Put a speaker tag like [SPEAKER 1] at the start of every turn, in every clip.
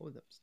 [SPEAKER 1] Oh, that's.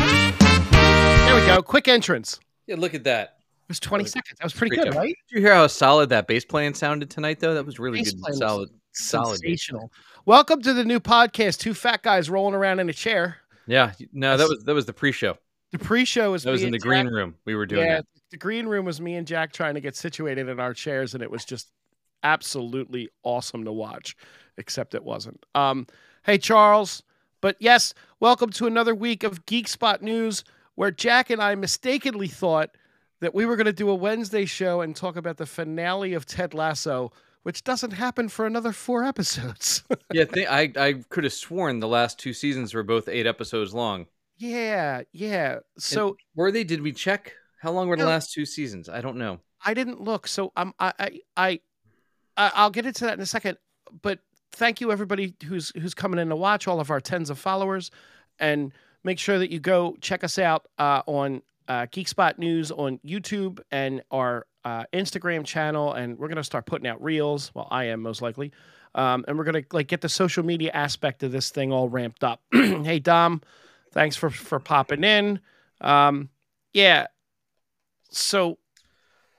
[SPEAKER 1] There we go. Quick entrance.
[SPEAKER 2] Yeah, look at that.
[SPEAKER 1] It was 20
[SPEAKER 2] Good.
[SPEAKER 1] seconds. That was pretty
[SPEAKER 2] Great
[SPEAKER 1] good,
[SPEAKER 2] job.
[SPEAKER 1] right?
[SPEAKER 2] Did you hear how solid that bass playing sounded tonight, though? That was really
[SPEAKER 1] Bass
[SPEAKER 2] good.
[SPEAKER 1] playing was
[SPEAKER 2] Solid, solid. bass.
[SPEAKER 1] Sensational. Welcome to the new podcast. Two fat guys rolling around in a chair.
[SPEAKER 2] Yeah, no, that was that was the pre-show.
[SPEAKER 1] The pre-show was
[SPEAKER 2] That was
[SPEAKER 1] me and
[SPEAKER 2] in the
[SPEAKER 1] Jack-
[SPEAKER 2] green room. We were doing that.
[SPEAKER 1] The green room was me and Jack trying to get situated in our chairs, and it was just absolutely awesome to watch, except it wasn't. Um, hey, Charles. But yes, welcome to another week of Geek Spot News, where Jack and I mistakenly thought that we were going to do a Wednesday show and talk about the finale of Ted Lasso, which doesn't happen for another four episodes.
[SPEAKER 2] yeah, th- I I could have sworn the last two seasons were both eight episodes long.
[SPEAKER 1] yeah, yeah. So
[SPEAKER 2] Were they? Did we check? How long were the
[SPEAKER 1] No.
[SPEAKER 2] last two seasons? I don't know.
[SPEAKER 1] I didn't look. So um, I, I, I, I, I'll get into that in a second. But thank you everybody who's who's coming in to watch all of our tens of followers, and make sure that you go check us out uh, on uh, Geek Spot News on YouTube and our uh, Instagram channel. And we're gonna start putting out reels. Well, I am most likely. Um, and we're gonna like get the social media aspect of this thing all ramped up. hey Dom, thanks for for popping in. Um, yeah. So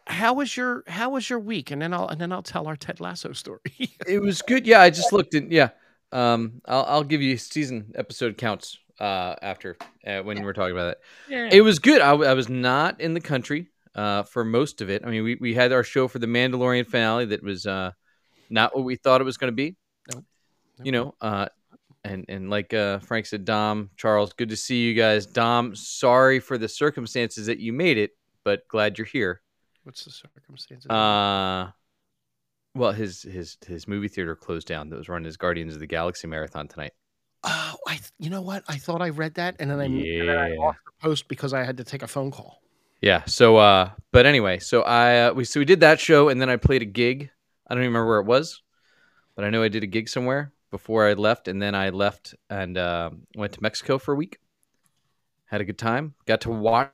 [SPEAKER 1] how was your how was your week and then i'll and then i'll tell our ted lasso story
[SPEAKER 2] It was good. Yeah, I just looked in. Yeah, um, I'll I'll give you season episode counts uh after uh, when we're talking about it. It was good. I, w- I was not in the country uh, for most of it. I mean, we, we had our show for the Mandalorian finale that was uh, not what we thought it was going to be.
[SPEAKER 1] Nope.
[SPEAKER 2] You know, uh, and and like uh, Frank said, Dom, Charles, good to see you guys. Dom, sorry for the circumstances that you made it, but glad you're here.
[SPEAKER 1] what's the circumstances
[SPEAKER 2] Uh, well, his his his movie theater closed down. That was running his Guardians of the Galaxy marathon tonight.
[SPEAKER 1] oh i th- you know what i thought i read that and then i, and then I
[SPEAKER 2] Yeah.
[SPEAKER 1] lost the post because i had to take a phone call
[SPEAKER 2] Yeah. So, uh, but anyway, so I uh, we so we did that show, and then I played a gig. I don't even remember where it was, but I know I did a gig somewhere before I left, and then I left and uh, went to Mexico for a week. Had a good time. Got to watch.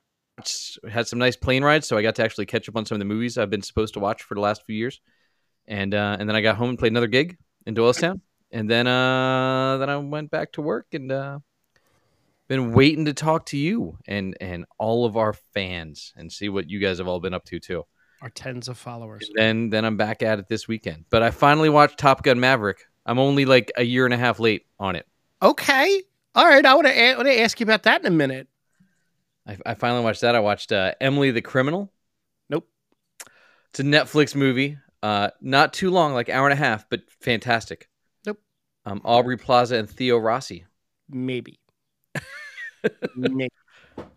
[SPEAKER 2] Had some nice plane rides, so I got to actually catch up on some of the movies I've been supposed to watch for the last few years. And uh, and then I got home and played another gig in Doylestown, and then uh, then I went back to work and. Uh, been waiting to talk to you and and all of our fans and see what you guys have all been up to too.
[SPEAKER 1] our tens of followers
[SPEAKER 2] Then then I'm back at it this weekend. But I finally watched Top Gun Maverick. I'm only like a year and a half late on it.
[SPEAKER 1] okay all right i want to a- wanna ask you about that in a minute
[SPEAKER 2] I, I finally watched that. I watched uh, Emily the Criminal.
[SPEAKER 1] Nope.
[SPEAKER 2] It's a Netflix movie. Uh, not too long, like hour and a half, but fantastic.
[SPEAKER 1] Nope.
[SPEAKER 2] Um, Aubrey Plaza and Theo Rossi.
[SPEAKER 1] maybe Maybe.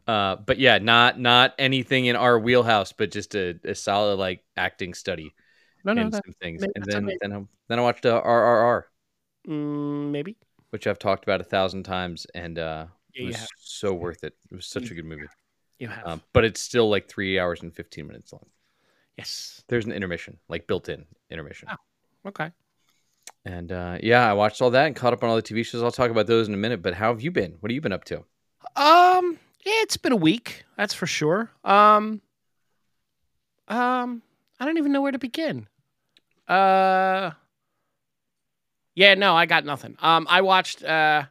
[SPEAKER 2] Uh, but yeah, not not anything in our wheelhouse, but just a, a solid like acting study.
[SPEAKER 1] no Oh, no
[SPEAKER 2] and
[SPEAKER 1] that,
[SPEAKER 2] some things.
[SPEAKER 1] maybe
[SPEAKER 2] And
[SPEAKER 1] that's
[SPEAKER 2] then
[SPEAKER 1] amazing.
[SPEAKER 2] then I, then I watched uh, RRR,
[SPEAKER 1] mm, maybe
[SPEAKER 2] which I've talked about a thousand times, and uh,
[SPEAKER 1] yeah
[SPEAKER 2] it
[SPEAKER 1] you
[SPEAKER 2] was
[SPEAKER 1] have
[SPEAKER 2] so worth it. It was such a good movie,
[SPEAKER 1] you have
[SPEAKER 2] um, but it's still like three hours and fifteen minutes long.
[SPEAKER 1] yes
[SPEAKER 2] There's an intermission, like built-in intermission,
[SPEAKER 1] Oh. okay
[SPEAKER 2] and uh, yeah, I watched all that and caught up on all the TV shows. I'll talk about those in a minute. But how have you been? What have you been up to?
[SPEAKER 1] Um, yeah, it's been a week, that's for sure. Um, um, I don't even know where to begin. Uh, yeah, no, I got nothing. Um, I watched, uh,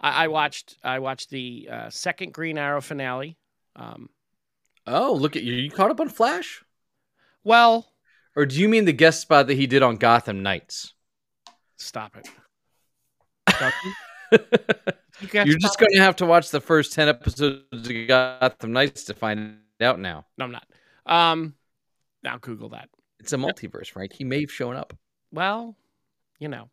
[SPEAKER 1] I, I watched, I watched the uh, second Green Arrow finale. Um,
[SPEAKER 2] Oh, look at you! You caught up on Flash,
[SPEAKER 1] well,
[SPEAKER 2] or do you mean the guest spot that he did on Gotham Knights?
[SPEAKER 1] stop it. Don't you- you got
[SPEAKER 2] You're just
[SPEAKER 1] stop-
[SPEAKER 2] going to have to watch the first ten episodes of Gotham Knights to find out now.
[SPEAKER 1] No, I'm not. Um, now Google that.
[SPEAKER 2] It's a multiverse, Frank. He may have shown up.
[SPEAKER 1] Well, you know,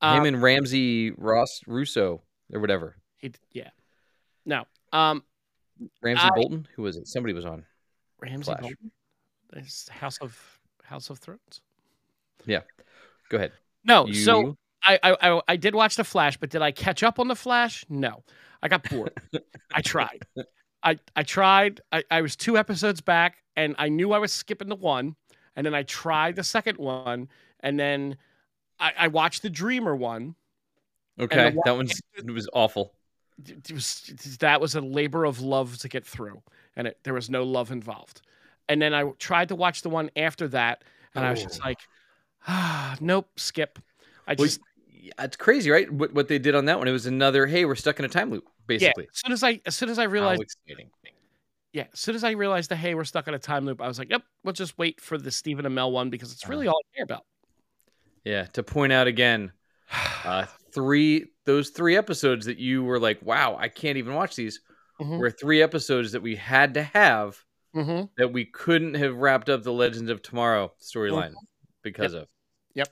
[SPEAKER 1] Um,
[SPEAKER 2] Him and Ramsey Ross Russo or whatever.
[SPEAKER 1] he, yeah, no. Um,
[SPEAKER 2] Ramsey
[SPEAKER 1] I-
[SPEAKER 2] Bolton, who was it? Somebody was on.
[SPEAKER 1] Ramsey
[SPEAKER 2] Flash.
[SPEAKER 1] Bolton? It's House of House of Thrones.
[SPEAKER 2] Go ahead.
[SPEAKER 1] No,
[SPEAKER 2] You-
[SPEAKER 1] so I, I I- I did watch the Flash, but did I catch up on the Flash? No, I got bored. I tried. I I tried. I, I was two episodes back, and I knew I was skipping the one, and then I tried the second one, and then I, I watched the Dreamer one,
[SPEAKER 2] Okay,
[SPEAKER 1] wa-
[SPEAKER 2] that one's it was awful.
[SPEAKER 1] it was, that was a labor of love to get through, and it, there was no love involved. And then I tried to watch the one after that, and I was just
[SPEAKER 2] Oh.
[SPEAKER 1] like, ah, nope, skip. I
[SPEAKER 2] Well,
[SPEAKER 1] just
[SPEAKER 2] y- it's crazy, right? What, what they did on that one, it was another. Hey, we're stuck in a time loop,
[SPEAKER 1] yeah.
[SPEAKER 2] basically.
[SPEAKER 1] As soon as I as soon as I
[SPEAKER 2] How
[SPEAKER 1] realized
[SPEAKER 2] exciting.
[SPEAKER 1] yeah, as soon as I realized that hey, we're stuck in a time loop, I was like, yep, we'll just wait for the Stephen Amell one because it's
[SPEAKER 2] Uh-huh.
[SPEAKER 1] really all I care about.
[SPEAKER 2] Yeah, to point out again, uh, three those three episodes that you were like, "Wow, I can't even watch these."
[SPEAKER 1] Mhm.
[SPEAKER 2] Were three episodes that we had to have
[SPEAKER 1] hmm
[SPEAKER 2] that we couldn't have wrapped up the Legends of Tomorrow storyline because of.
[SPEAKER 1] Mm-hmm. Yep.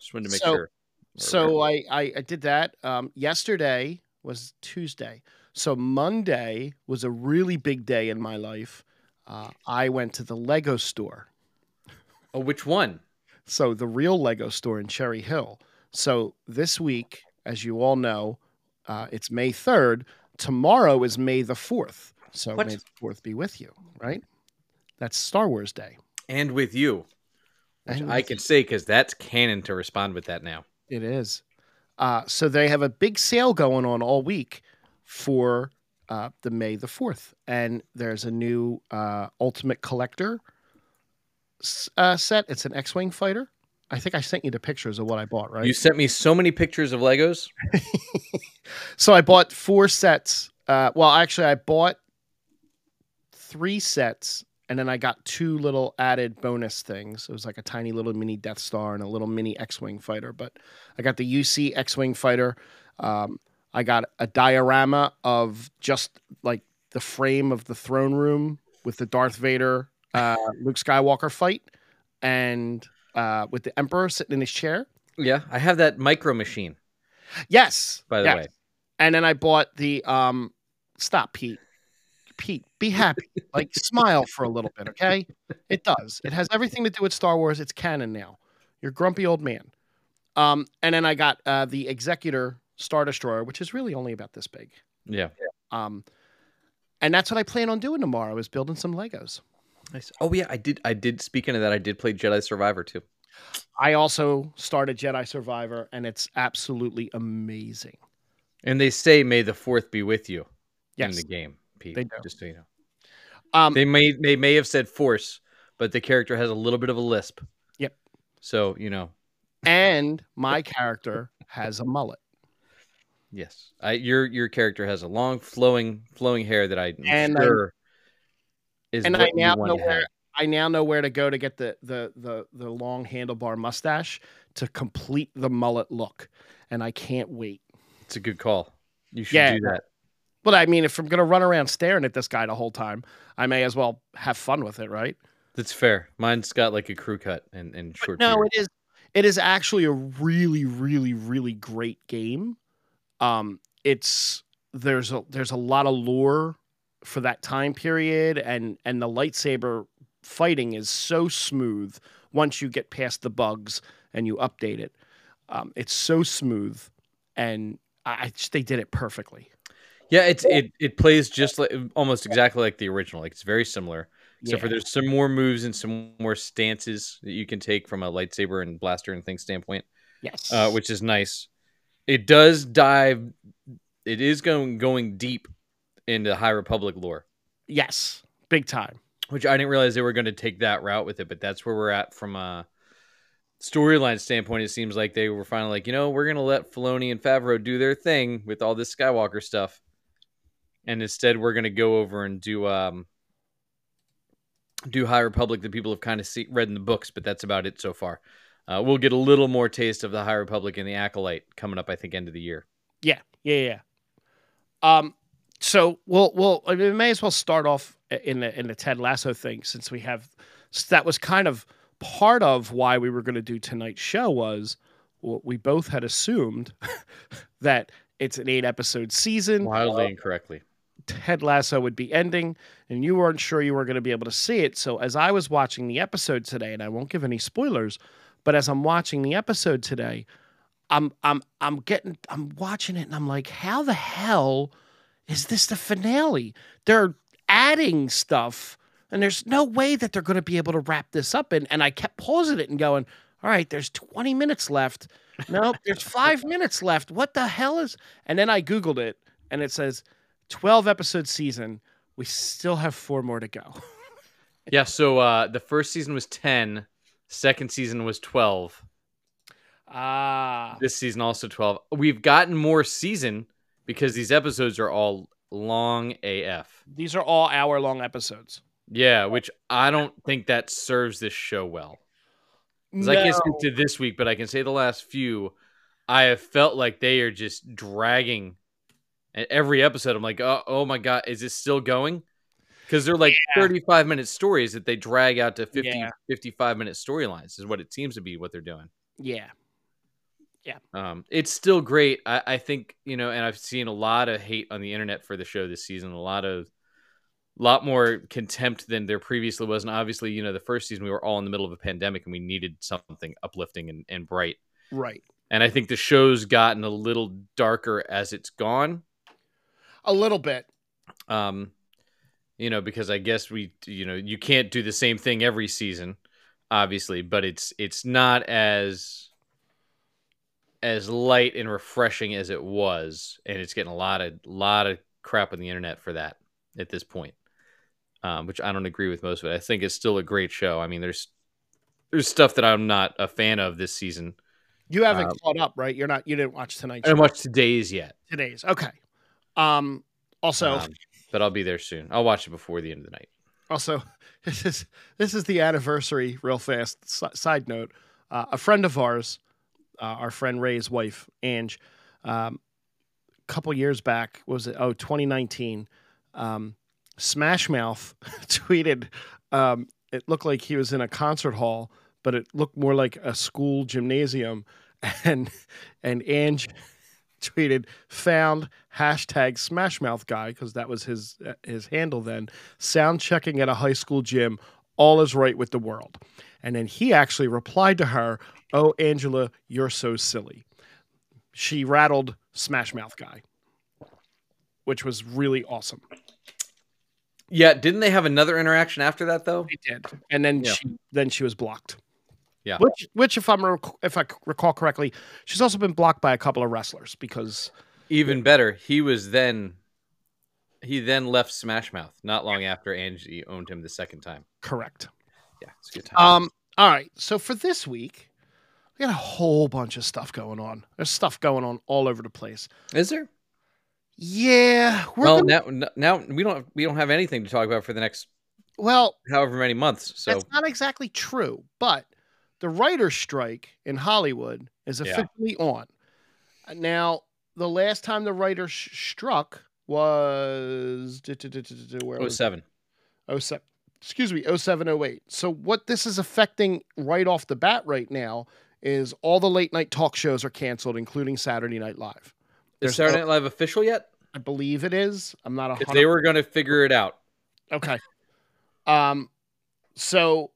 [SPEAKER 2] Just wanted to make
[SPEAKER 1] So-
[SPEAKER 2] sure. we're
[SPEAKER 1] So
[SPEAKER 2] aware.
[SPEAKER 1] I, I I did that. Um, yesterday was Tuesday. So Monday was a really big day in my life. Uh, I went to the Lego store.
[SPEAKER 2] oh, which one?
[SPEAKER 1] So the real Lego store in Cherry Hill. So this week, as you all know, uh, it's May third. Tomorrow is May the fourth. So
[SPEAKER 2] What?
[SPEAKER 1] May the fourth be with you. Right. That's Star Wars Day.
[SPEAKER 2] And with you, which
[SPEAKER 1] And
[SPEAKER 2] I can say because that's canon to respond with that now.
[SPEAKER 1] It is. Uh, so they have a big sale going on all week for uh, the May the 4th. And there's a new uh, Ultimate Collector s- uh, set. It's an X Wing fighter. I think I sent you the pictures of what I bought, right?
[SPEAKER 2] You sent me so many pictures of Legos.
[SPEAKER 1] so I bought four sets. Uh, well, actually, I bought three sets and then I got two little added bonus things. It was like a tiny little mini Death Star and a little mini X Wing fighter. But I got the UC X Wing fighter. Um, I got a diorama of just like the frame of the throne room with the Darth Vader, uh, Luke Skywalker fight, and uh, with the Emperor sitting in his chair.
[SPEAKER 2] Yeah, I have that micro machine.
[SPEAKER 1] Yes.
[SPEAKER 2] By the
[SPEAKER 1] yes.
[SPEAKER 2] way,
[SPEAKER 1] And then I bought the um stop Pete. Pete, be happy. like smile for a little bit, okay? It does. It has everything to do with Star Wars. It's canon now. You're a grumpy old man. Um and then I got uh the Executor Star Destroyer, which is really only about this big.
[SPEAKER 2] yeah.
[SPEAKER 1] Um and that's what I plan on doing tomorrow is building some Legos.
[SPEAKER 2] Nice. Oh yeah, I did. I did. Speaking of that, I did play Jedi Survivor too.
[SPEAKER 1] I also started Jedi Survivor and it's absolutely amazing.
[SPEAKER 2] And they say, "May the Fourth be with you."
[SPEAKER 1] Yes.
[SPEAKER 2] In the game, Pete.
[SPEAKER 1] They do.
[SPEAKER 2] Just so you know,
[SPEAKER 1] Um
[SPEAKER 2] they may they may have said Force, but the character has a little bit of a lisp.
[SPEAKER 1] Yep.
[SPEAKER 2] So you know,
[SPEAKER 1] and my character has a mullet.
[SPEAKER 2] yes, I, your your character has a long flowing flowing hair that I
[SPEAKER 1] And I-
[SPEAKER 2] sure is
[SPEAKER 1] and I
[SPEAKER 2] what you
[SPEAKER 1] now
[SPEAKER 2] want to
[SPEAKER 1] know where-
[SPEAKER 2] have.
[SPEAKER 1] I now know where to go to get the the the the long handlebar mustache to complete the mullet look, and I can't wait.
[SPEAKER 2] It's a good call. You should
[SPEAKER 1] Yeah.
[SPEAKER 2] do that.
[SPEAKER 1] But I mean, if I'm gonna run around staring at this guy the whole time, I may as well have fun with it, right?
[SPEAKER 2] That's fair. Mine's got like a crew cut and and short.
[SPEAKER 1] No,
[SPEAKER 2] beard.
[SPEAKER 1] it is. It is actually a really, really, really great game. Um, it's there's a there's a lot of lore for that time period, and and the lightsaber fighting is so smooth once you get past the bugs and you update it. Um, it's so smooth, and I, I just, they did it perfectly.
[SPEAKER 2] Yeah, it's it it plays just like almost exactly like the original. Like it's very similar, except for
[SPEAKER 1] Yeah.
[SPEAKER 2] there's some more moves and some more stances that you can take from a lightsaber and blaster and things standpoint,
[SPEAKER 1] yes,
[SPEAKER 2] uh, which is nice. It does dive. It is going going deep into High Republic lore,
[SPEAKER 1] yes, big time.
[SPEAKER 2] which I didn't realize they were going to take that route with it, but that's where we're at from a storyline standpoint. It seems like they were finally like, you know, we're going to let Filoni and Favreau do their thing with all this Skywalker stuff, and instead we're going to go over and do um do High Republic that people have kind of see, read in the books, but that's about it so far. Uh, we'll get a little more taste of the High Republic and the Acolyte coming up, I think, end of the year.
[SPEAKER 1] Yeah, yeah, yeah. Um, so we'll we'll I mean, we may as well start off in the in the Ted Lasso thing since we have so that was kind of part of why we were going to do tonight's show was well, we both had assumed that it's an eight episode season.
[SPEAKER 2] Wildly incorrectly.
[SPEAKER 1] Ted Lasso would be ending, and you weren't sure you were going to be able to see it. So, as I was watching the episode today, and I won't give any spoilers, but as I'm watching the episode today, I'm I'm I'm getting I'm watching it, and I'm like, how the hell is this the finale? They're adding stuff, and there's no way that they're going to be able to wrap this up. And and I kept pausing it and going, all all right, there's 20 minutes left. No, there's five minutes left. What the hell is? And then I Googled it and it says 12 episode season. We still have four more to go.
[SPEAKER 2] Yeah, so uh, the first season was 10, second season was 12.
[SPEAKER 1] Ah,
[SPEAKER 2] This season also 12. We've gotten more season because these episodes are all long AF.
[SPEAKER 1] these are all hour long episodes.
[SPEAKER 2] Yeah, which I don't think that serves this show well. 'Cause I can't speak to this week, but I can say the last few, I have felt like they are just dragging. And every episode, I'm like, oh, oh my god, is this still going? Because they're like 35 minute stories that they drag out to 50,
[SPEAKER 1] Yeah.
[SPEAKER 2] 55 minute storylines is what it seems to be what they're doing.
[SPEAKER 1] Yeah.
[SPEAKER 2] Um, it's still great. I, I think you know, and I've seen a lot of hate on the internet for the show this season. A lot of, lot more contempt than there previously was. And obviously, you know, the first season we were all in the middle of a pandemic and we needed something uplifting and, and bright.
[SPEAKER 1] Right.
[SPEAKER 2] And I think the show's gotten a little darker as it's gone.
[SPEAKER 1] A little bit.
[SPEAKER 2] Um, you know, because I guess we, you know, you can't do the same thing every season, obviously, but it's it's not as as light and refreshing as it was, and it's getting a lot of lot of crap on the internet for that at this point. Um, which I don't agree with most of it. I think it's still a great show. I mean, there's there's stuff that I'm not a fan of this season.
[SPEAKER 1] You haven't
[SPEAKER 2] Um,
[SPEAKER 1] caught up, right? You're not, you didn't watch tonight's
[SPEAKER 2] I haven't
[SPEAKER 1] show.
[SPEAKER 2] watched today's yet.
[SPEAKER 1] Today's. Okay. Um, also,
[SPEAKER 2] Um, but I'll be there soon. I'll watch it before the end of the night.
[SPEAKER 1] Also, this is this is the anniversary. Real fast si- side note: uh, a friend of ours, uh, our friend Ray's wife, Ange, um, a couple years back what was it? Oh, 2019. Um, Smash Mouth tweeted. Um, it looked like he was in a concert hall, but it looked more like a school gymnasium. And and Ange tweeted found hashtag Smash Mouth guy because that was his uh, his handle then sound checking at a high school gym. All is right with the world. And then he actually replied to her, Oh, Angela, you're so silly. She rattled Smash Mouth Guy, which was really awesome.
[SPEAKER 2] Yeah, didn't they have another interaction after that though?
[SPEAKER 1] It did. And then
[SPEAKER 2] Yeah.
[SPEAKER 1] she then she was blocked.
[SPEAKER 2] Yeah.
[SPEAKER 1] Which which if I'm rec- if I c- recall correctly, she's also been blocked by a couple of wrestlers because
[SPEAKER 2] Even better, he was then he then left Smash Mouth not long after Angie owned him the second time.
[SPEAKER 1] correct.
[SPEAKER 2] Yeah, it's a good time.
[SPEAKER 1] Um, all right. So for this week, we got a whole bunch of stuff going on. There's stuff going on all over the place.
[SPEAKER 2] Is there?
[SPEAKER 1] Yeah, we're
[SPEAKER 2] Well,
[SPEAKER 1] gonna,
[SPEAKER 2] now now we don't we don't have anything to talk about for the next
[SPEAKER 1] well.
[SPEAKER 2] however many months. So
[SPEAKER 1] That's not exactly true, but the writer's strike in Hollywood is
[SPEAKER 2] Yeah.
[SPEAKER 1] officially on. Now, the last time the writers sh- struck was duh, duh, duh, duh, duh, duh, where
[SPEAKER 2] oh
[SPEAKER 1] was
[SPEAKER 2] seven.
[SPEAKER 1] oh seven excuse me oh, 0708 so what this is affecting right off the bat right now is all the late night talk shows are canceled including saturday night live
[SPEAKER 2] Is
[SPEAKER 1] There's no-
[SPEAKER 2] Saturday Night Live official yet?
[SPEAKER 1] i believe it is i'm not a
[SPEAKER 2] If
[SPEAKER 1] hundred
[SPEAKER 2] they were going to figure it out,
[SPEAKER 1] Okay. Um, so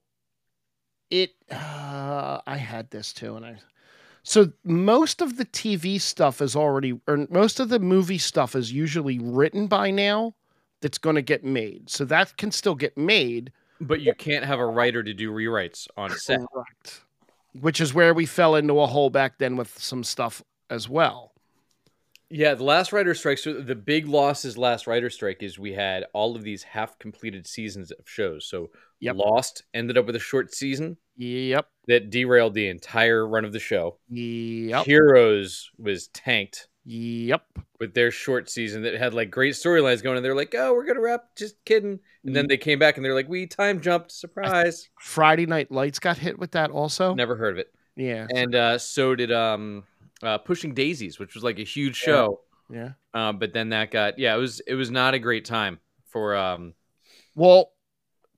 [SPEAKER 1] it, uh, I had this too, and I, so most of the TV stuff is already, or most of the movie stuff is usually written by now. That's going to get made, so that can still get made.
[SPEAKER 2] but you can't have a writer to do rewrites on set.
[SPEAKER 1] Correct. Which is where we fell into a hole back then with some stuff as well.
[SPEAKER 2] Yeah, the last writer strike. So the big loss is last writer strike is we had all of these half completed seasons of shows. So
[SPEAKER 1] Yep.
[SPEAKER 2] Lost ended up with a short season
[SPEAKER 1] Yep.
[SPEAKER 2] that derailed the entire run of the show.
[SPEAKER 1] Yep.
[SPEAKER 2] Heroes was tanked
[SPEAKER 1] Yep.
[SPEAKER 2] with their short season that had like great storylines going, and they're like, "Oh, we're gonna wrap, just kidding." And
[SPEAKER 1] Mm-hmm.
[SPEAKER 2] then they came back and they're like, "We time jumped, surprise."
[SPEAKER 1] Friday Night Lights got hit with that also.
[SPEAKER 2] Never heard of it.
[SPEAKER 1] Yeah.
[SPEAKER 2] And uh, so did um, uh, Pushing Daisies, which was like a huge show.
[SPEAKER 1] Yeah.
[SPEAKER 2] Um, but then that got yeah, it was it was not a great time for um
[SPEAKER 1] Well,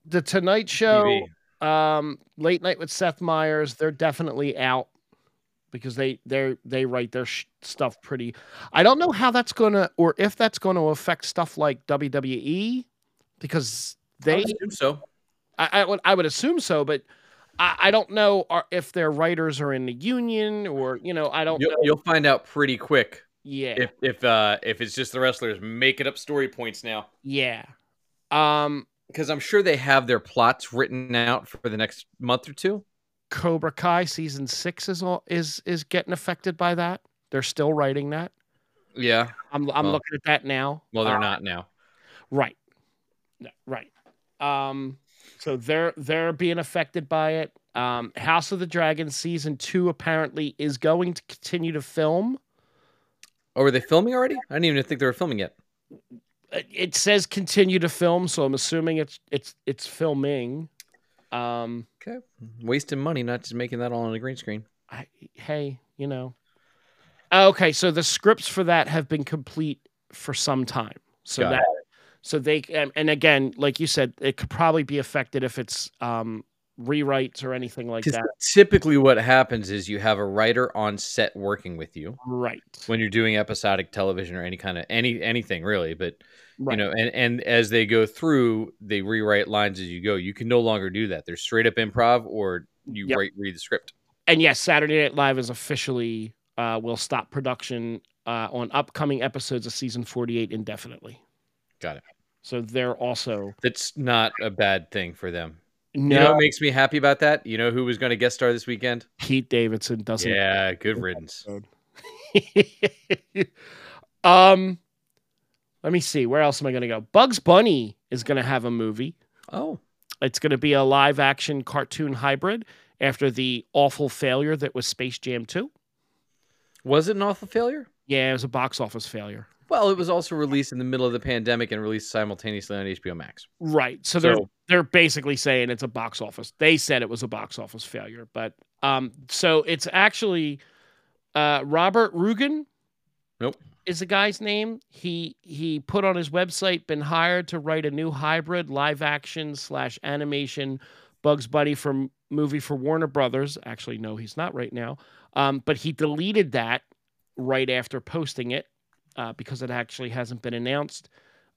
[SPEAKER 1] the Tonight Show,
[SPEAKER 2] TV.
[SPEAKER 1] um, Late Night with Seth Meyers, they're definitely out because they they they write their sh- stuff pretty. I don't know how that's gonna or if that's going to affect stuff like WWE because
[SPEAKER 2] I
[SPEAKER 1] they
[SPEAKER 2] would assume so.
[SPEAKER 1] I, I would I would assume so, but. I I don't know are- if their writers are in the union or you know I don't
[SPEAKER 2] You'll,
[SPEAKER 1] know.
[SPEAKER 2] you'll find out pretty quick
[SPEAKER 1] Yeah,
[SPEAKER 2] if if uh if it's just the wrestlers making up story points now.
[SPEAKER 1] yeah. Um,
[SPEAKER 2] because I'm sure they have their plots written out for the next month or two.
[SPEAKER 1] Cobra Kai season six is all, is is getting affected by that. They're still writing that.
[SPEAKER 2] Yeah.
[SPEAKER 1] I'm I'm
[SPEAKER 2] Well-
[SPEAKER 1] looking at that now.
[SPEAKER 2] Well, they're
[SPEAKER 1] Uh,
[SPEAKER 2] not now.
[SPEAKER 1] Right. No, Right. Um, so they're they're being affected by it. Um, House of the Dragon season two apparently is going to continue to film.
[SPEAKER 2] Oh, were they filming already? I didn't even think they were filming yet.
[SPEAKER 1] It- It says continue to film, so I'm assuming it's it's it's filming. Um,
[SPEAKER 2] Okay. Wasting money not just making that all on a green screen.
[SPEAKER 1] I, hey, you know. Oh, Okay, so the scripts for that have been complete for some time. So
[SPEAKER 2] Got
[SPEAKER 1] that so they and, and again, like you said, it could probably be affected if it's um rewrites or anything like
[SPEAKER 2] 'Cause
[SPEAKER 1] that.
[SPEAKER 2] typically what happens is you have a writer on set working with you
[SPEAKER 1] Right.
[SPEAKER 2] when you're doing episodic television or any kind of any anything really, but
[SPEAKER 1] Right.
[SPEAKER 2] you know, and and as they go through, they rewrite lines as you go. You can no longer do that. There's straight up improv or you
[SPEAKER 1] Yep.
[SPEAKER 2] write read the script.
[SPEAKER 1] and yes, Saturday Night Live is officially uh, will stop production uh, on upcoming episodes of season 48 indefinitely.
[SPEAKER 2] Got it.
[SPEAKER 1] So they're also
[SPEAKER 2] That's not a bad thing for them.
[SPEAKER 1] no
[SPEAKER 2] You know what makes me happy about that? You know who was going to guest star this weekend?
[SPEAKER 1] Pete Davidson doesn't.
[SPEAKER 2] Yeah, good riddance.
[SPEAKER 1] um, let me see. Where else am I going to go? Bugs Bunny is going to have a movie.
[SPEAKER 2] Oh,
[SPEAKER 1] It's going to be a live action cartoon hybrid after the awful failure that was Space Jam 2.
[SPEAKER 2] was it an awful failure?
[SPEAKER 1] Yeah, it was a box office failure.
[SPEAKER 2] Well, it was also released in the middle of the pandemic and released simultaneously on HBO Max.
[SPEAKER 1] Right. So, they're
[SPEAKER 2] So-
[SPEAKER 1] they're basically saying it's a box office. They said it was a box office failure, but um so it's actually uh Robert Rugen
[SPEAKER 2] Nope.
[SPEAKER 1] is the guy's name. He he put on his website been hired to write a new hybrid live action slash animation Bugs Bunny from movie for Warner Brothers. Actually, no, he's not right now. Um, but he deleted that right after posting it uh, because it actually hasn't been announced.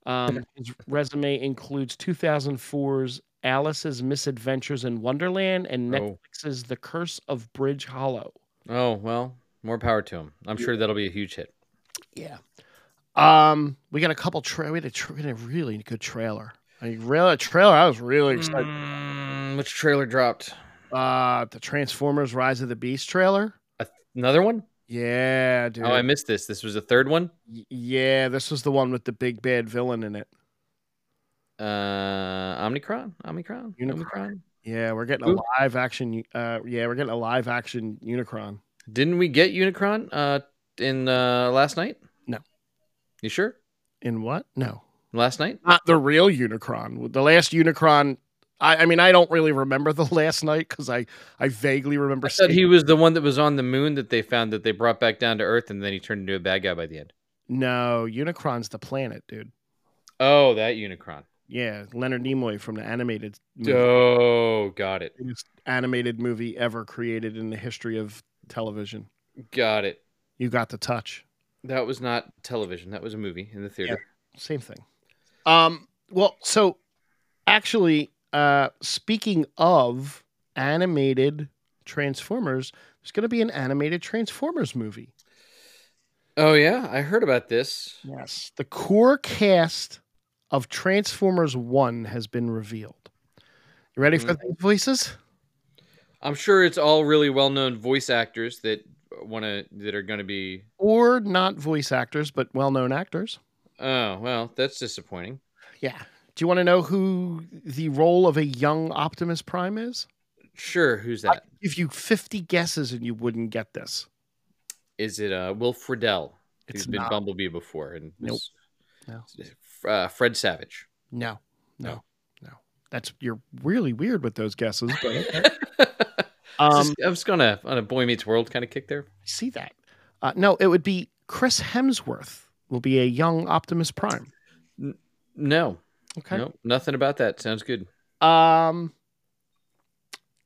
[SPEAKER 1] Um, his resume includes 2004's Alice's Misadventures in Wonderland and
[SPEAKER 2] Oh.
[SPEAKER 1] Netflix's The Curse of Bridge Hollow.
[SPEAKER 2] Oh, well, more power to him. I'm sure that'll be a huge hit.
[SPEAKER 1] Yeah. Um, we got a couple. Tra- we, had a tra- we had a really good trailer. A real trailer. I was really excited.
[SPEAKER 2] Mm, which trailer dropped?
[SPEAKER 1] Uh, the Transformers: Rise of the Beast trailer.
[SPEAKER 2] Another one?
[SPEAKER 1] Yeah, dude.
[SPEAKER 2] Oh, I missed this. This was the third one.
[SPEAKER 1] Y- yeah, this was the one with the big bad villain in it.
[SPEAKER 2] Uh, Omnicron? Omnicron?
[SPEAKER 1] Unicron.
[SPEAKER 2] Omicron?
[SPEAKER 1] Yeah, we're getting
[SPEAKER 2] Who?
[SPEAKER 1] a live action. Uh, yeah, we're getting a live action Unicron.
[SPEAKER 2] Didn't we get Unicron uh, in uh, last night?
[SPEAKER 1] No.
[SPEAKER 2] You sure?
[SPEAKER 1] In what? No,
[SPEAKER 2] Last night?
[SPEAKER 1] not the real Unicron. The last Unicron. I, I mean, I don't really remember the last night because I, I vaguely remember.
[SPEAKER 2] I said
[SPEAKER 1] seeing-
[SPEAKER 2] he was the one that was on the moon that they found that they brought back down to Earth, and then he turned into a bad guy by the end.
[SPEAKER 1] no, Unicron's the planet, dude.
[SPEAKER 2] Oh, that Unicron.
[SPEAKER 1] Yeah, Leonard Nimoy from the animated movie,
[SPEAKER 2] Oh, got it.
[SPEAKER 1] greatest animated movie ever created in the history of television.
[SPEAKER 2] Got it.
[SPEAKER 1] You got the touch.
[SPEAKER 2] That was not television. That was a movie in the theater.
[SPEAKER 1] Same thing. Um, well, so actually, uh, speaking of animated Transformers, there's going to be an animated Transformers movie.
[SPEAKER 2] Oh yeah, I heard about this.
[SPEAKER 1] Yes. The core cast of Transformers 1 has been revealed. You ready for these voices?
[SPEAKER 2] I'm sure it's all really well-known voice actors that want to that are going to be.
[SPEAKER 1] Or not voice actors, but well known actors.
[SPEAKER 2] Oh well, that's disappointing.
[SPEAKER 1] Yeah. Do you want to know who the role of a young Optimus Prime is?
[SPEAKER 2] Sure, who's that?
[SPEAKER 1] If you 50 guesses and you wouldn't get this.
[SPEAKER 2] Is it uh, Will Friedle, who's
[SPEAKER 1] It's
[SPEAKER 2] been
[SPEAKER 1] not.
[SPEAKER 2] Bumblebee before, and
[SPEAKER 1] Nope.
[SPEAKER 2] was-
[SPEAKER 1] No.
[SPEAKER 2] uh, Fred Savage.
[SPEAKER 1] No, no,
[SPEAKER 2] No.
[SPEAKER 1] no. That's you're really weird with those guesses. But okay.
[SPEAKER 2] Um,
[SPEAKER 1] um,
[SPEAKER 2] I was going to on a Boy Meets World kind of kick there.
[SPEAKER 1] I see that? Uh, no, it would be Chris Hemsworth will be a young Optimus Prime.
[SPEAKER 2] No,
[SPEAKER 1] Okay.
[SPEAKER 2] no, nothing about that. Sounds good.
[SPEAKER 1] Um,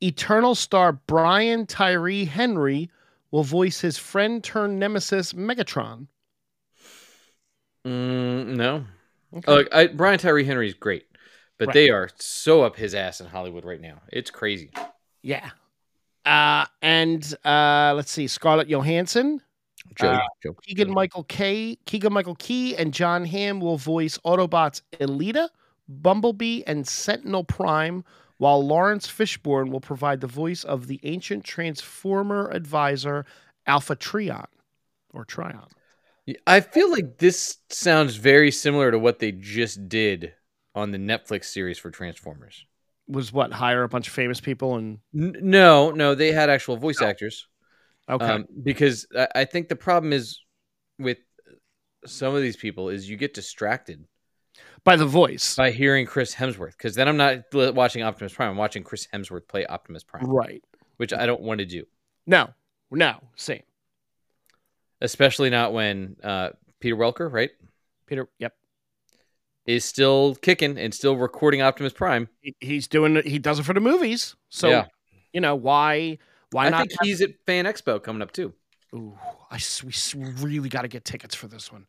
[SPEAKER 1] Eternal star Brian Tyree Henry will voice his friend turned nemesis Megatron.
[SPEAKER 2] Mm, no,
[SPEAKER 1] Okay.
[SPEAKER 2] Look, Uh, I, Brian Tyree Henry is great, but
[SPEAKER 1] Right.
[SPEAKER 2] they are so up his ass in Hollywood right now. It's crazy.
[SPEAKER 1] yeah. Uh, and uh, let's see, Scarlett Johansson
[SPEAKER 2] Joe,
[SPEAKER 1] Uh,
[SPEAKER 2] Joe,
[SPEAKER 1] Keegan
[SPEAKER 2] Joe.
[SPEAKER 1] Michael K, Keegan Michael Key, and John Hamm will voice Autobots Elita, Bumblebee, and Sentinel Prime, while Lawrence Fishburne will provide the voice of the ancient Transformer advisor Alpha Trion or Trion.
[SPEAKER 2] I feel like this sounds very similar to what they just did on the Netflix series for Transformers.
[SPEAKER 1] Was what hire a bunch of famous people and
[SPEAKER 2] N- Oh, no, no, they had actual voice actors.
[SPEAKER 1] okay,
[SPEAKER 2] Um, because I, I think the problem is with some of these people is you get distracted
[SPEAKER 1] by the voice,
[SPEAKER 2] by hearing Chris Hemsworth because then I'm not li- watching Optimus Prime. I'm watching Chris Hemsworth play Optimus Prime,
[SPEAKER 1] right?
[SPEAKER 2] which I don't want to do,
[SPEAKER 1] No, no, same.
[SPEAKER 2] especially not when uh, Peter Welker, right,
[SPEAKER 1] Peter, yep,
[SPEAKER 2] is still kicking and still recording Optimus Prime.
[SPEAKER 1] He- he's doing. He does it for the movies, so
[SPEAKER 2] Yeah.
[SPEAKER 1] you know why? Why
[SPEAKER 2] I
[SPEAKER 1] not?
[SPEAKER 2] think he's at Fan Expo coming up too.
[SPEAKER 1] Ooh, I s- we s- really got to get tickets for this one.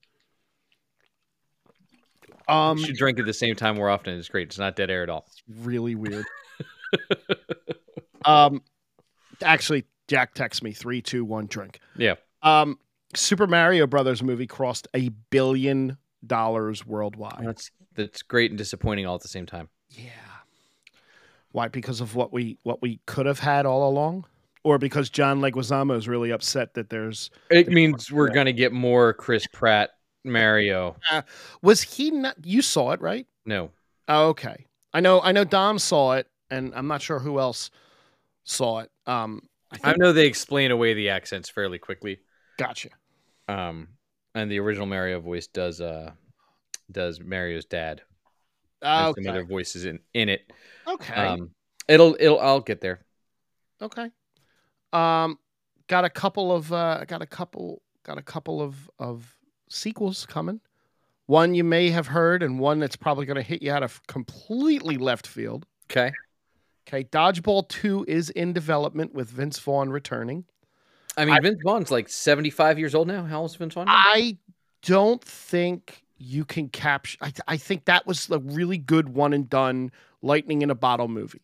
[SPEAKER 1] Um,
[SPEAKER 2] you should drink at the same time more often. It's great. It's not dead air at all.
[SPEAKER 1] really weird. um, actually, Jack texts me three, two, one, drink.
[SPEAKER 2] Yeah.
[SPEAKER 1] Um, Super Mario Brothers movie crossed a billion dollars worldwide.
[SPEAKER 2] That's that's great and disappointing all at the same time.
[SPEAKER 1] yeah. Why? Because of what we what we could have had all along, or because John Leguizamo is really upset that there's
[SPEAKER 2] It means we're
[SPEAKER 1] Yeah.
[SPEAKER 2] gonna get more Chris Pratt Mario.
[SPEAKER 1] was he not? You saw it, right?
[SPEAKER 2] No.
[SPEAKER 1] Oh, okay. I know. I know. Dom saw it, and I'm not sure who else saw it. Um, I
[SPEAKER 2] I
[SPEAKER 1] think,
[SPEAKER 2] know they explain away the accents fairly quickly.
[SPEAKER 1] gotcha.
[SPEAKER 2] Um and the original Mario voice does uh does Mario's dad. There's
[SPEAKER 1] Okay.
[SPEAKER 2] some other voices in, in it.
[SPEAKER 1] Okay.
[SPEAKER 2] Um it'll it'll I'll get there.
[SPEAKER 1] okay. Um, got a couple of uh, got a couple got a couple of of sequels coming. One you may have heard, and one that's probably going to hit you out of completely left field.
[SPEAKER 2] Okay.
[SPEAKER 1] Okay, Dodgeball Two is in development with Vince Vaughn returning.
[SPEAKER 2] I Ah. mean
[SPEAKER 1] I-
[SPEAKER 2] Vince Vaughn's like seventy five years old now. How old is Vince Vaughn? now?
[SPEAKER 1] I don't think you can capture. I, I think that was a really good one and done lightning in a bottle movie.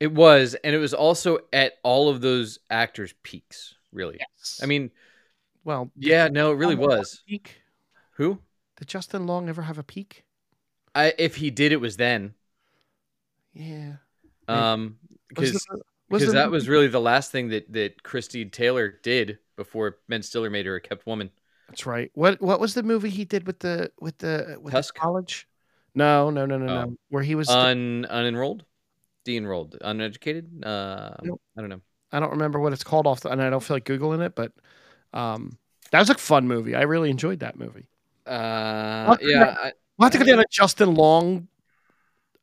[SPEAKER 2] It was, and it was also at all of those actors' peaks, really.
[SPEAKER 1] Yes.
[SPEAKER 2] I mean,
[SPEAKER 1] well, did
[SPEAKER 2] yeah, Oh, no, it really
[SPEAKER 1] Justin Long
[SPEAKER 2] was.
[SPEAKER 1] have a peak?
[SPEAKER 2] Who?
[SPEAKER 1] Did Justin Long ever have a peak?
[SPEAKER 2] I, if he did, it was then.
[SPEAKER 1] Yeah. Yeah.
[SPEAKER 2] Um,
[SPEAKER 1] Was
[SPEAKER 2] because
[SPEAKER 1] there- was
[SPEAKER 2] because
[SPEAKER 1] there
[SPEAKER 2] that
[SPEAKER 1] a-
[SPEAKER 2] was really the last thing that that Christy Taylor did before Ben Stiller made her a kept woman.
[SPEAKER 1] That's right. What What was the movie he did with the with the with
[SPEAKER 2] Tusk?
[SPEAKER 1] the college? No, no, no, no,
[SPEAKER 2] Oh.
[SPEAKER 1] no. Where he was,
[SPEAKER 2] Un unenrolled, de-enrolled, uneducated. Uh,
[SPEAKER 1] Nope.
[SPEAKER 2] I don't know.
[SPEAKER 1] I don't remember what it's called off, the, and I don't feel like googling it, but um, that was a fun movie. I really enjoyed that movie.
[SPEAKER 2] Uh,
[SPEAKER 1] What the-
[SPEAKER 2] yeah. I-
[SPEAKER 1] We'll have to go down a Justin Long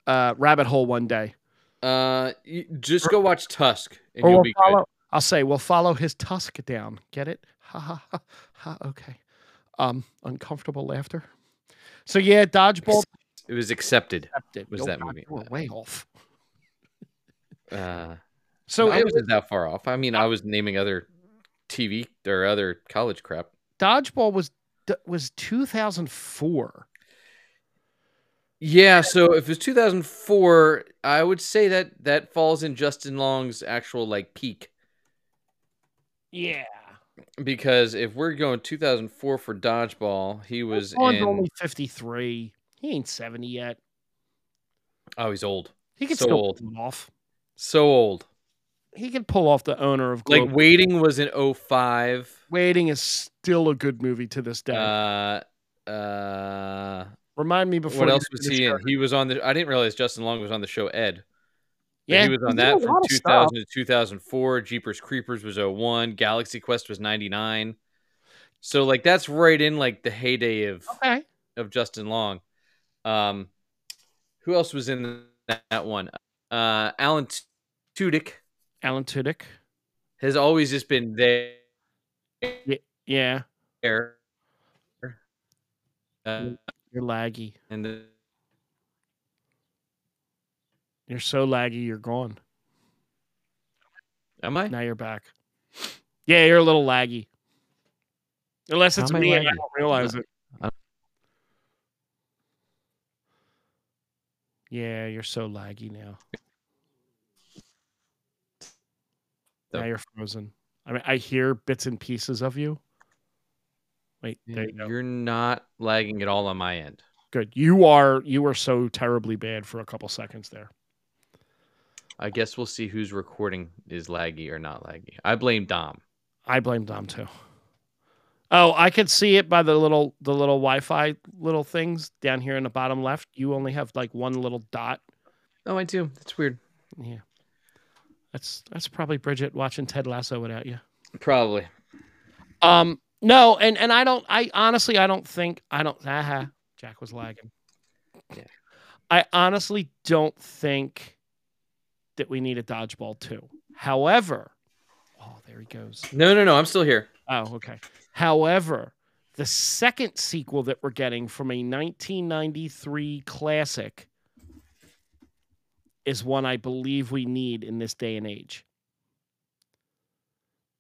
[SPEAKER 1] uh, rabbit hole one day.
[SPEAKER 2] Uh, y- just go watch Tusk, and
[SPEAKER 1] Or
[SPEAKER 2] you'll
[SPEAKER 1] we'll
[SPEAKER 2] be good.
[SPEAKER 1] follow, I'll say we'll follow his tusk down. Get it? Ha ha ha. ha okay. Um, uncomfortable laughter. So yeah, dodgeball.
[SPEAKER 2] It was accepted.
[SPEAKER 1] accepted.
[SPEAKER 2] was
[SPEAKER 1] Oh,
[SPEAKER 2] that
[SPEAKER 1] God,
[SPEAKER 2] movie.
[SPEAKER 1] you were way off.
[SPEAKER 2] Uh,
[SPEAKER 1] So
[SPEAKER 2] I
[SPEAKER 1] it
[SPEAKER 2] wasn't that far off. I mean, I was naming other TV or other college crap.
[SPEAKER 1] dodgeball was was 2004.
[SPEAKER 2] Yeah, so if it's 2004, I would say that that falls in Justin Long's actual like peak
[SPEAKER 1] Yeah.
[SPEAKER 2] because if we're going 2004 for dodgeball, he was
[SPEAKER 1] Vaughn's
[SPEAKER 2] in
[SPEAKER 1] only 53. He ain't 70 yet.
[SPEAKER 2] oh he's old,
[SPEAKER 1] He could
[SPEAKER 2] So
[SPEAKER 1] still
[SPEAKER 2] old.
[SPEAKER 1] pull it off.
[SPEAKER 2] so old.
[SPEAKER 1] He could pull off the owner of
[SPEAKER 2] Like
[SPEAKER 1] Globe.
[SPEAKER 2] waiting was in 05.
[SPEAKER 1] Waiting is still a good movie to this day.
[SPEAKER 2] Uh, uh,
[SPEAKER 1] Remind me before
[SPEAKER 2] what
[SPEAKER 1] you
[SPEAKER 2] else was
[SPEAKER 1] finish
[SPEAKER 2] he in?
[SPEAKER 1] your-
[SPEAKER 2] He was on the. I didn't realize Justin Long was on the show Ed. but
[SPEAKER 1] Yeah,
[SPEAKER 2] he was on
[SPEAKER 1] did a
[SPEAKER 2] that from
[SPEAKER 1] lot of
[SPEAKER 2] 2000
[SPEAKER 1] stuff.
[SPEAKER 2] to 2004. Jeepers Creepers was 01. Galaxy Quest was 99. So like that's right in like the heyday of
[SPEAKER 1] Okay.
[SPEAKER 2] of Justin Long. Um, who else was in that, that one? Uh, Alan T- Tudyk
[SPEAKER 1] Alan Tudyk.
[SPEAKER 2] has always just been there.
[SPEAKER 1] Yeah,
[SPEAKER 2] Uh,
[SPEAKER 1] you're laggy.
[SPEAKER 2] and the-
[SPEAKER 1] You're so laggy, you're gone.
[SPEAKER 2] am I?
[SPEAKER 1] Now you're back. Yeah, you're a little laggy. Unless
[SPEAKER 2] How
[SPEAKER 1] it's
[SPEAKER 2] am I
[SPEAKER 1] me, and I
[SPEAKER 2] laggy? Uh,
[SPEAKER 1] don't realize it.
[SPEAKER 2] I-
[SPEAKER 1] Yeah, you're so laggy now.
[SPEAKER 2] So-
[SPEAKER 1] Now you're frozen. I mean, I hear bits and pieces of you. Wait, there you go.
[SPEAKER 2] You're not lagging at all on my end.
[SPEAKER 1] Good. You are you were so terribly bad for a couple seconds there.
[SPEAKER 2] I guess we'll see who's recording is laggy or not laggy. I blame Dom.
[SPEAKER 1] I blame Dom too. Oh, I could see it by the little the little Wi-Fi little things down here in the bottom left. You only have like one little dot.
[SPEAKER 2] Oh, I do. That's weird.
[SPEAKER 1] Yeah, that's that's probably Bridget watching Ted Lasso without you.
[SPEAKER 2] Probably.
[SPEAKER 1] Um, no, and and I don't. I honestly, I don't think I don't. Aha, Jack was lagging.
[SPEAKER 2] Yeah.
[SPEAKER 1] I honestly don't think that we need a dodgeball two. However, oh, there he goes.
[SPEAKER 2] No, no, no. I'm still here.
[SPEAKER 1] Oh, okay. However, the second sequel that we're getting from a 1993 classic is one I believe we need in this day and age.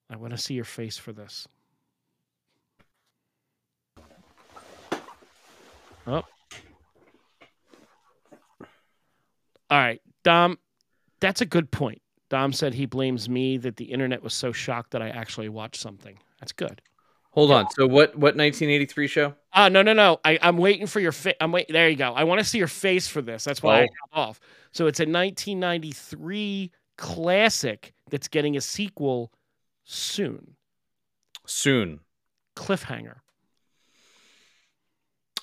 [SPEAKER 1] I want to see your face for this. Oh. All right, Dom, that's a good point. Dom said he blames me that the internet was so shocked that I actually watched something. That's good.
[SPEAKER 2] Hold on. So what? What 1983 show?
[SPEAKER 1] Oh no no no! I, I'm waiting for your face. I'm wait. There you go. I want to see your face for this. That's why I
[SPEAKER 2] Oh.
[SPEAKER 1] held off. So it's a 1993 classic that's getting a sequel soon.
[SPEAKER 2] Soon.
[SPEAKER 1] Cliffhanger.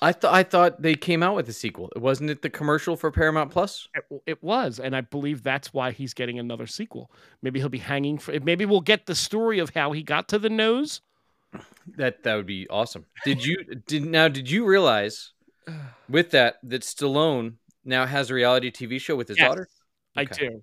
[SPEAKER 2] I thought I thought they came out with a sequel. Wasn't it the commercial for Paramount Plus?
[SPEAKER 1] It, it was, and I believe that's why he's getting another sequel. Maybe he'll be hanging for. Maybe we'll get the story of how he got to the nose.
[SPEAKER 2] That that would be awesome. Did you did now? Did you realize with that that Stallone now has a reality TV show with his
[SPEAKER 1] Yes,
[SPEAKER 2] daughter?
[SPEAKER 1] I
[SPEAKER 2] Okay.
[SPEAKER 1] do.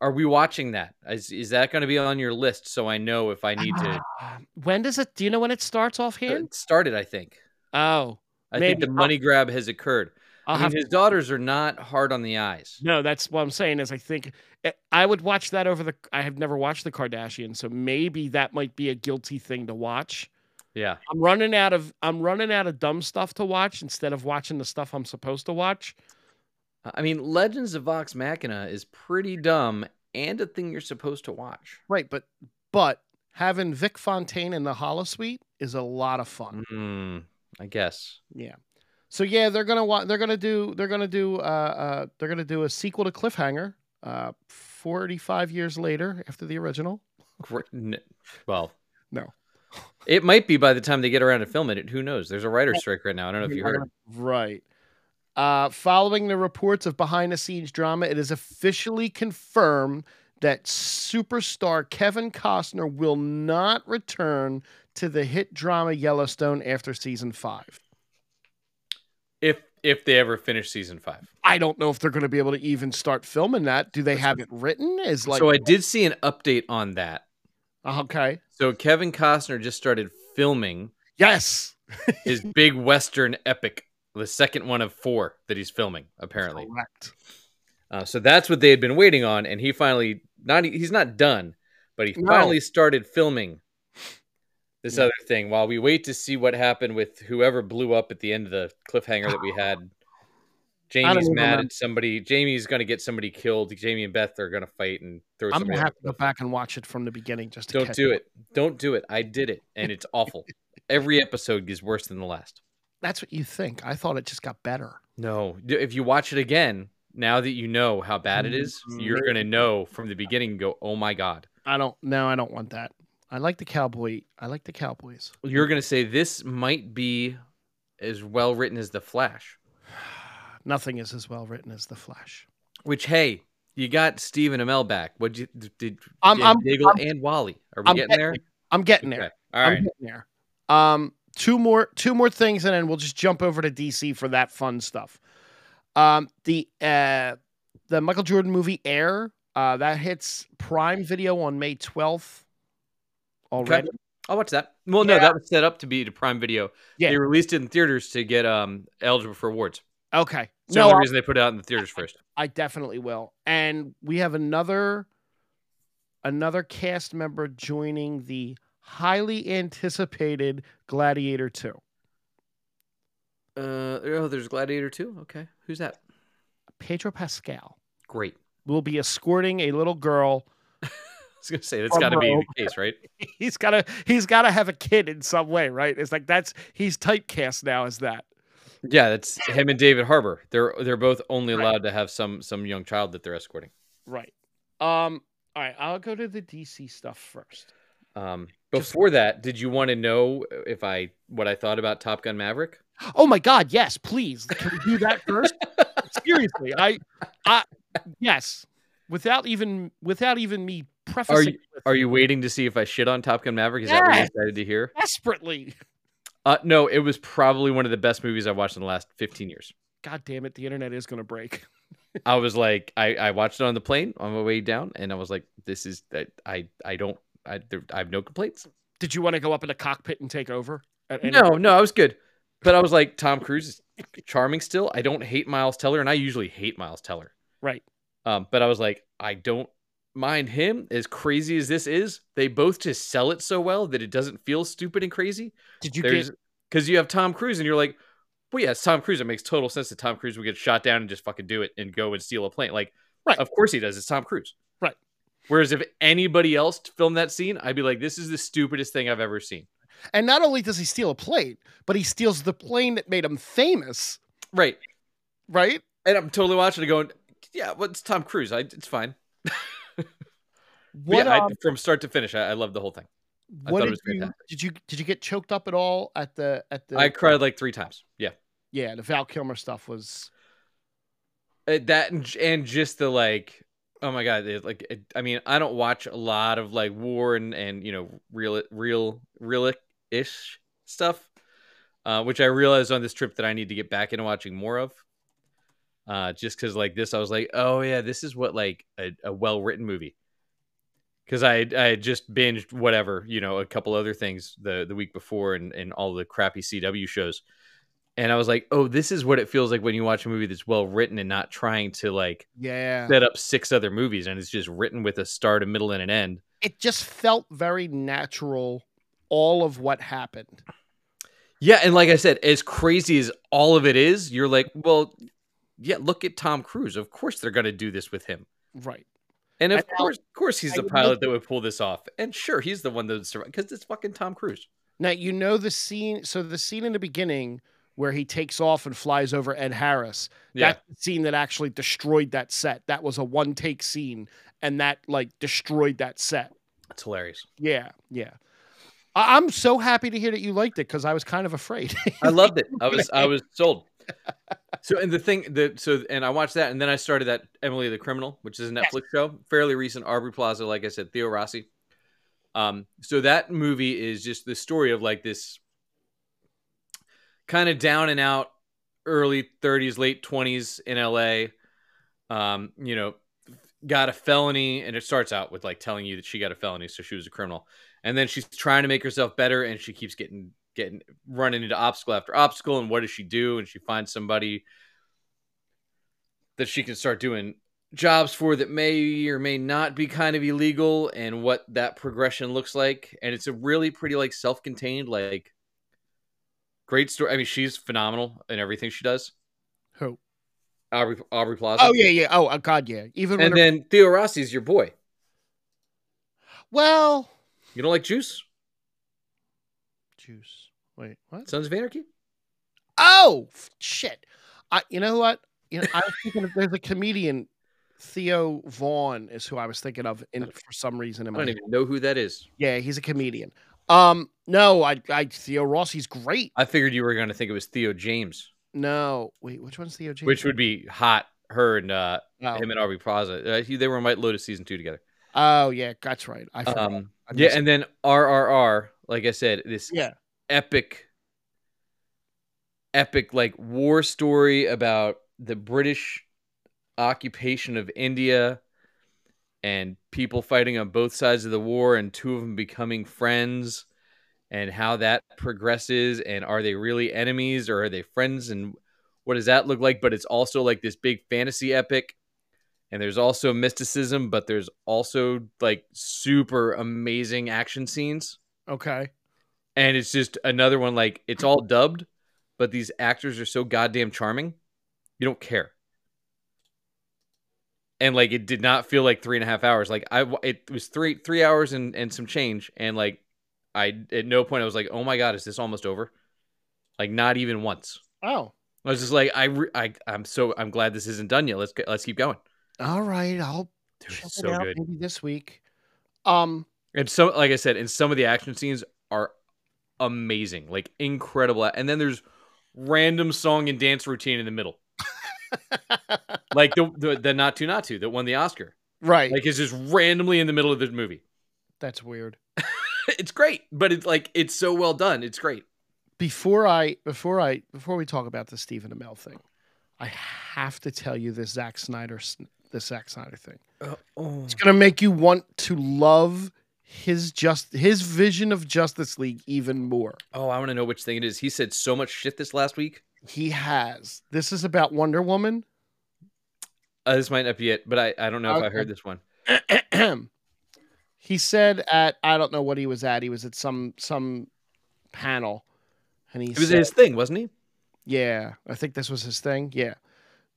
[SPEAKER 2] Are we watching that? Is is that going to be on your list? So I know if I need to
[SPEAKER 1] Ah, When does it? Do you know when it starts offhand?
[SPEAKER 2] It started. I think.
[SPEAKER 1] Oh,
[SPEAKER 2] I think
[SPEAKER 1] Maybe.
[SPEAKER 2] the money grab has occurred.
[SPEAKER 1] I'll
[SPEAKER 2] I
[SPEAKER 1] have
[SPEAKER 2] mean, his daughters are not hard on the eyes.
[SPEAKER 1] No, that's what I'm saying is I think I- I would watch that over the I have never watched the Kardashians, so maybe that might be a guilty thing to watch.
[SPEAKER 2] Yeah.
[SPEAKER 1] I'm running out of I'm running out of dumb stuff to watch instead of watching the stuff I'm supposed to watch.
[SPEAKER 2] I mean, Legends of Vox Machina is pretty dumb and a thing you're supposed to watch.
[SPEAKER 1] Right, but but having Vic Fontaine in the Hollow Suite is a lot of fun.
[SPEAKER 2] Mm, I guess.
[SPEAKER 1] Yeah. So yeah, they're gonna wa- they're gonna do they're gonna do uh, uh they're gonna do a sequel to Cliffhanger, uh, 45 years later after the original.
[SPEAKER 2] Gr- n- Well,
[SPEAKER 1] No.
[SPEAKER 2] It might be by the time they get around to filming it. Who knows? There's a writer's strike right now. I don't know if you heard.
[SPEAKER 1] Right. Uh, following the reports of behind the scenes drama, it is officially confirmed that superstar Kevin Costner will not return to the hit drama Yellowstone after season five.
[SPEAKER 2] If if they ever finish season five.
[SPEAKER 1] I don't know if they're going to be able to even start filming that. Do they have it written? Is like uh,
[SPEAKER 2] so I did see an update on that.
[SPEAKER 1] okay,
[SPEAKER 2] So Kevin Costner just started filming
[SPEAKER 1] yes.
[SPEAKER 2] his big western epic, the second one of four that he's filming apparently.
[SPEAKER 1] Correct.
[SPEAKER 2] Uh, so that's what they had been waiting on, and he finally not he's not done, but he
[SPEAKER 1] No.
[SPEAKER 2] finally started filming this
[SPEAKER 1] Yeah.
[SPEAKER 2] other thing while we wait to see what happened with whoever blew up at the end of the cliffhanger that we had. Jamie's
[SPEAKER 1] even
[SPEAKER 2] mad
[SPEAKER 1] remember.
[SPEAKER 2] at somebody. Jamie's going to get somebody killed. Jamie and Beth are going to fight and throw
[SPEAKER 1] I'm
[SPEAKER 2] somebody.
[SPEAKER 1] gonna
[SPEAKER 2] out
[SPEAKER 1] have to
[SPEAKER 2] the
[SPEAKER 1] go back and watch it from the beginning just to
[SPEAKER 2] cliff. Don't
[SPEAKER 1] catch
[SPEAKER 2] do
[SPEAKER 1] up.
[SPEAKER 2] it. Don't do it. I did it, and it's awful. Every episode is worse than the last.
[SPEAKER 1] That's what you think. I thought it just got better.
[SPEAKER 2] No, d- if you watch it again, now that you know how bad it is,
[SPEAKER 1] Mm-hmm.
[SPEAKER 2] you're going to know from the beginning and go, "Oh my god."
[SPEAKER 1] I don't. No, I don't want that. I like the cowboy. I like the cowboys.
[SPEAKER 2] you're gonna say this might be as well written as the flash
[SPEAKER 1] Nothing is as well written as the Flash.
[SPEAKER 2] which hey you got steven amell back what you did, did
[SPEAKER 1] I'm.
[SPEAKER 2] yeah,
[SPEAKER 1] I'm.
[SPEAKER 2] Diggle
[SPEAKER 1] I'm,
[SPEAKER 2] and wally are we
[SPEAKER 1] I'm
[SPEAKER 2] getting, there
[SPEAKER 1] I'm getting there.
[SPEAKER 2] Okay. all
[SPEAKER 1] I'm
[SPEAKER 2] right
[SPEAKER 1] getting there. Um, two more. Two more things, and then we'll just jump over to DC for that fun stuff. Um, the uh, the Michael Jordan movie Air. Uh, that hits Prime Video on May 12th. Already.
[SPEAKER 2] i'll watch that well no
[SPEAKER 1] Yeah.
[SPEAKER 2] that was set up to be to prime video
[SPEAKER 1] Yeah.
[SPEAKER 2] they released it in theaters to get um eligible for awards
[SPEAKER 1] Okay.
[SPEAKER 2] it's the only reason they put it out in the theaters first
[SPEAKER 1] I definitely will. And we have another another cast member joining the highly anticipated Gladiator 2.
[SPEAKER 2] uh oh there's gladiator 2 okay who's that
[SPEAKER 1] Pedro Pascal
[SPEAKER 2] great
[SPEAKER 1] will be escorting a little girl.
[SPEAKER 2] i was gonna say that's got to be
[SPEAKER 1] Bravo.
[SPEAKER 2] the case right
[SPEAKER 1] He's got to he's got to have a kid in some way, right? It's like that's he's typecast now as that.
[SPEAKER 2] yeah that's him and david harbor they're they're both only allowed to have some some young child that they're escorting
[SPEAKER 1] Right. Um. All right. I'll go to the DC stuff first.
[SPEAKER 2] Um,
[SPEAKER 1] Just-
[SPEAKER 2] before that, did you want to know if I what I thought about Top Gun Maverick?
[SPEAKER 1] Oh my God! Yes, please. Can we do that first? Seriously, I, I, yes. Without even without even me prefacing. it with
[SPEAKER 2] Are you waiting to see if I shit on Top Gun Maverick? Is that what you
[SPEAKER 1] Yes.
[SPEAKER 2] excited to hear?
[SPEAKER 1] desperately?
[SPEAKER 2] Uh, no, it was probably one of the best movies I watched in the last 15 years.
[SPEAKER 1] God damn it! The internet is gonna break.
[SPEAKER 2] I was like, I, I watched it on the plane on my way down, and I was like, this is I I, I don't I there, I have no complaints.
[SPEAKER 1] Did you want to go up in the cockpit and take over? at any-
[SPEAKER 2] No, no, I was good, but I was like, Tom Cruise is charming still. I don't hate Miles Teller, and I usually hate Miles Teller.
[SPEAKER 1] Right.
[SPEAKER 2] Um, but I was like, I don't mind him. As crazy as this is, they both just sell it so well that it doesn't feel stupid and crazy.
[SPEAKER 1] Did you
[SPEAKER 2] There's
[SPEAKER 1] get?
[SPEAKER 2] because you have Tom Cruise, and you're like, well, yeah, it's Tom Cruise. It makes total sense that Tom Cruise would get shot down and just fucking do it and go and steal a plane. Like,
[SPEAKER 1] Right.
[SPEAKER 2] Of course he does. It's Tom Cruise.
[SPEAKER 1] Right.
[SPEAKER 2] Whereas if anybody else filmed that scene, I'd be like, this is the stupidest thing I've ever seen.
[SPEAKER 1] And not only does he steal a plane, but he steals the plane that made him famous.
[SPEAKER 2] Right.
[SPEAKER 1] Right.
[SPEAKER 2] And I'm totally watching it going, yeah, well, it's Tom Cruise. I, it's fine. But
[SPEAKER 1] What?
[SPEAKER 2] yeah, I-
[SPEAKER 1] um,
[SPEAKER 2] from start to finish, I, I love the whole thing. I
[SPEAKER 1] what
[SPEAKER 2] thought
[SPEAKER 1] did
[SPEAKER 2] it was
[SPEAKER 1] you?
[SPEAKER 2] fantastic.
[SPEAKER 1] Did you? Did you get choked up at all at the at the?
[SPEAKER 2] I cried like three times. Yeah.
[SPEAKER 1] yeah, the Val Kilmer stuff was
[SPEAKER 2] Uh, that and, j- and just the like oh my god it, like it, i mean i don't watch a lot of like war and and you know real real real ish stuff uh, which i realized on this trip that i need to get back into watching more of uh, just because like this i was like oh yeah this is what like a, a well-written movie because I, had- I had just binged whatever you know a couple other things the, the week before and, and all the crappy cw shows and i was like oh this is what it feels like when you watch a movie that's well written and not trying to like
[SPEAKER 1] yeah.
[SPEAKER 2] set up six other movies and it's just written with a start a middle and an end
[SPEAKER 1] It just felt very natural. All of what happened.
[SPEAKER 2] yeah and like i said as crazy as all of it is you're like well yeah look at tom cruise of course they're going to do this with him
[SPEAKER 1] Right.
[SPEAKER 2] and of
[SPEAKER 1] And now-
[SPEAKER 2] course of course he's
[SPEAKER 1] I
[SPEAKER 2] the
[SPEAKER 1] would
[SPEAKER 2] pilot
[SPEAKER 1] look-
[SPEAKER 2] that would pull this off and sure he's the one that would survive because it's fucking tom cruise
[SPEAKER 1] Now you know the scene. So the scene in the beginning where he takes off and flies over Ed Harris.
[SPEAKER 2] yeah
[SPEAKER 1] That's the scene that actually destroyed that set. That was a one take scene, and that like destroyed that set.
[SPEAKER 2] it's hilarious
[SPEAKER 1] Yeah, yeah. I- I'm so happy to hear that you liked it because I was kind of afraid.
[SPEAKER 2] I loved it. I was I was sold. So and the thing that so and I watched that and then I started that Emily the Criminal, which is a
[SPEAKER 1] Yes.
[SPEAKER 2] Netflix show, fairly recent. Aubrey Plaza, like I said, Theo Rossi. Um, so that movie is just the story of like this kind of down and out, early 30s, late 20s in LA. Um, you know, got a felony, and it starts out with like telling you that she got a felony, so she was a criminal, and then she's trying to make herself better, and she keeps getting getting running into obstacle after obstacle and what does she do and she finds somebody that she can start doing jobs for that may or may not be kind of illegal and what that progression looks like and it's a really pretty like self-contained like great story i mean she's phenomenal in everything she does
[SPEAKER 1] Who?
[SPEAKER 2] aubrey, aubrey plaza
[SPEAKER 1] Oh yeah, yeah. Oh uh, God, yeah. Even when
[SPEAKER 2] and then theo rossi is your boy
[SPEAKER 1] well,
[SPEAKER 2] you don't like juice
[SPEAKER 1] juice. Wait, what?
[SPEAKER 2] sons of anarchy
[SPEAKER 1] Oh f- shit! I, you know what? You know, I was thinking of, there's a comedian, Theo Vaughn is who I was thinking of, in for some reason in
[SPEAKER 2] i
[SPEAKER 1] my
[SPEAKER 2] don't even know who that is
[SPEAKER 1] yeah, he's a comedian. Um, no, I, I Theo Rossi's great.
[SPEAKER 2] i figured you were going to think it was theo james
[SPEAKER 1] No, wait, which one's Theo? James?
[SPEAKER 2] which would be hot her and uh
[SPEAKER 1] oh.
[SPEAKER 2] him and Aubrey Plaza. Uh, he, they were in White Lotus season two together.
[SPEAKER 1] oh yeah, that's right. I forgot.
[SPEAKER 2] Um,
[SPEAKER 1] I
[SPEAKER 2] yeah,
[SPEAKER 1] missed-
[SPEAKER 2] and then RRR, like I said, this
[SPEAKER 1] yeah,
[SPEAKER 2] epic, epic like war story about the British occupation of India and people fighting on both sides of the war and two of them becoming friends and how that progresses and are they really enemies or are they friends and what does that look like but it's also like this big fantasy epic and there's also mysticism but there's also like super amazing action scenes
[SPEAKER 1] okay.
[SPEAKER 2] and it's just another one like it's all dubbed but these actors are so goddamn charming you don't care and like it did not feel like three and a half hours like i wa- it was three three hours and and some change and like i at no point i was like oh my god is this almost over like not even once
[SPEAKER 1] Oh,
[SPEAKER 2] i was just like i re- I, i'm so i'm glad this isn't done yet let's go, let's keep going
[SPEAKER 1] all right. I'll
[SPEAKER 2] Dude,
[SPEAKER 1] Check
[SPEAKER 2] it's
[SPEAKER 1] it
[SPEAKER 2] so
[SPEAKER 1] out
[SPEAKER 2] good.
[SPEAKER 1] Maybe this week. Um,
[SPEAKER 2] And so, like I said, and some of the action scenes are amazing, like incredible. And then there's random song and dance routine in the middle, like the the, the not to not to that won the Oscar.
[SPEAKER 1] right.
[SPEAKER 2] Like it's just randomly in the middle of the movie.
[SPEAKER 1] That's weird.
[SPEAKER 2] It's great, but it's like it's so well done. It's great.
[SPEAKER 1] Before I before I before we talk about the Stephen Amell thing, I have to tell you this Zack Snyder s- this Zack Snyder thing.
[SPEAKER 2] oh.
[SPEAKER 1] It's gonna make you want to love his just his vision of Justice League even more.
[SPEAKER 2] Oh, I want to know which thing it is. He said so much shit this last week.
[SPEAKER 1] He has. This is about Wonder Woman.
[SPEAKER 2] Uh, this might not be it, but I, I don't know if I
[SPEAKER 1] Okay.
[SPEAKER 2] heard this one.
[SPEAKER 1] he said at I don't know what he was at. He was at some some panel, and he
[SPEAKER 2] It was
[SPEAKER 1] said,
[SPEAKER 2] his thing, wasn't he?
[SPEAKER 1] "Yeah, I think this was his thing. Yeah,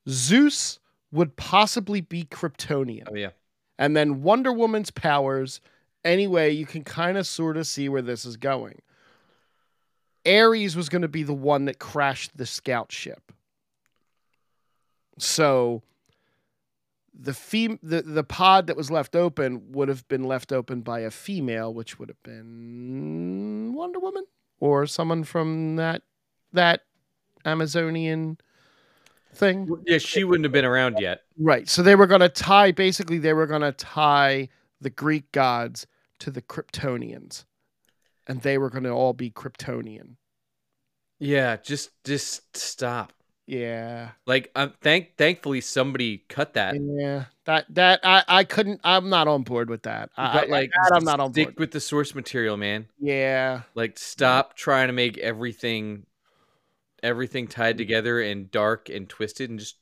[SPEAKER 1] Zeus would possibly be Kryptonian."
[SPEAKER 2] Oh yeah.
[SPEAKER 1] and then Wonder Woman's powers. Anyway, you can kind of sort of see where this is going. Ares was going to be the one that crashed the scout ship. So the fem- the the pod that was left open would have been left open by a female, which would have been Wonder Woman or someone from that that Amazonian thing.
[SPEAKER 2] Yeah, she wouldn't have been around yet.
[SPEAKER 1] Right. So they were going to tie, basically, they were going to tie the Greek gods to the Kryptonians. And they were going to all be Kryptonian.
[SPEAKER 2] Yeah, just just stop.
[SPEAKER 1] Yeah.
[SPEAKER 2] Like, um, thank thankfully somebody cut that.
[SPEAKER 1] Yeah. That, that, I, I couldn't, I'm not on board with that. I, I-
[SPEAKER 2] But like,
[SPEAKER 1] that I'm not on
[SPEAKER 2] stick
[SPEAKER 1] board.
[SPEAKER 2] with the source material, man.
[SPEAKER 1] Yeah.
[SPEAKER 2] Like, stop trying to make everything, everything
[SPEAKER 1] Mm.
[SPEAKER 2] tied together and dark and twisted, and just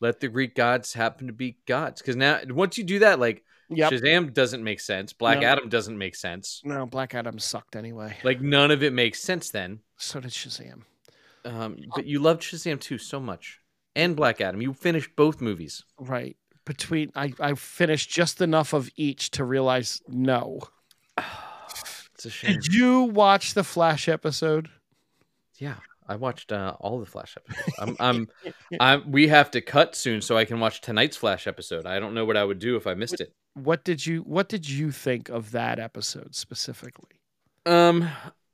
[SPEAKER 2] let the Greek gods happen to be gods. Because now, once you do that, like
[SPEAKER 1] Yep.
[SPEAKER 2] Shazam doesn't make sense, Black
[SPEAKER 1] No.
[SPEAKER 2] Adam doesn't make sense.
[SPEAKER 1] No, Black Adam sucked anyway.
[SPEAKER 2] Like, none of it makes sense then.
[SPEAKER 1] So did Shazam.
[SPEAKER 2] Um, but
[SPEAKER 1] Oh.
[SPEAKER 2] you loved Shazam too so much, and Black Adam. You finished both movies.
[SPEAKER 1] Right. Between, I, I finished just enough of each to realize no.
[SPEAKER 2] It's a shame.
[SPEAKER 1] Did you watch the Flash episode?
[SPEAKER 2] Yeah, I watched uh, all the Flash episodes. I'm, I'm, I'm, we have to cut soon so I can watch tonight's Flash episode. I don't know what I would do if I missed it.
[SPEAKER 1] What did you, what did you think of that episode specifically?
[SPEAKER 2] Um,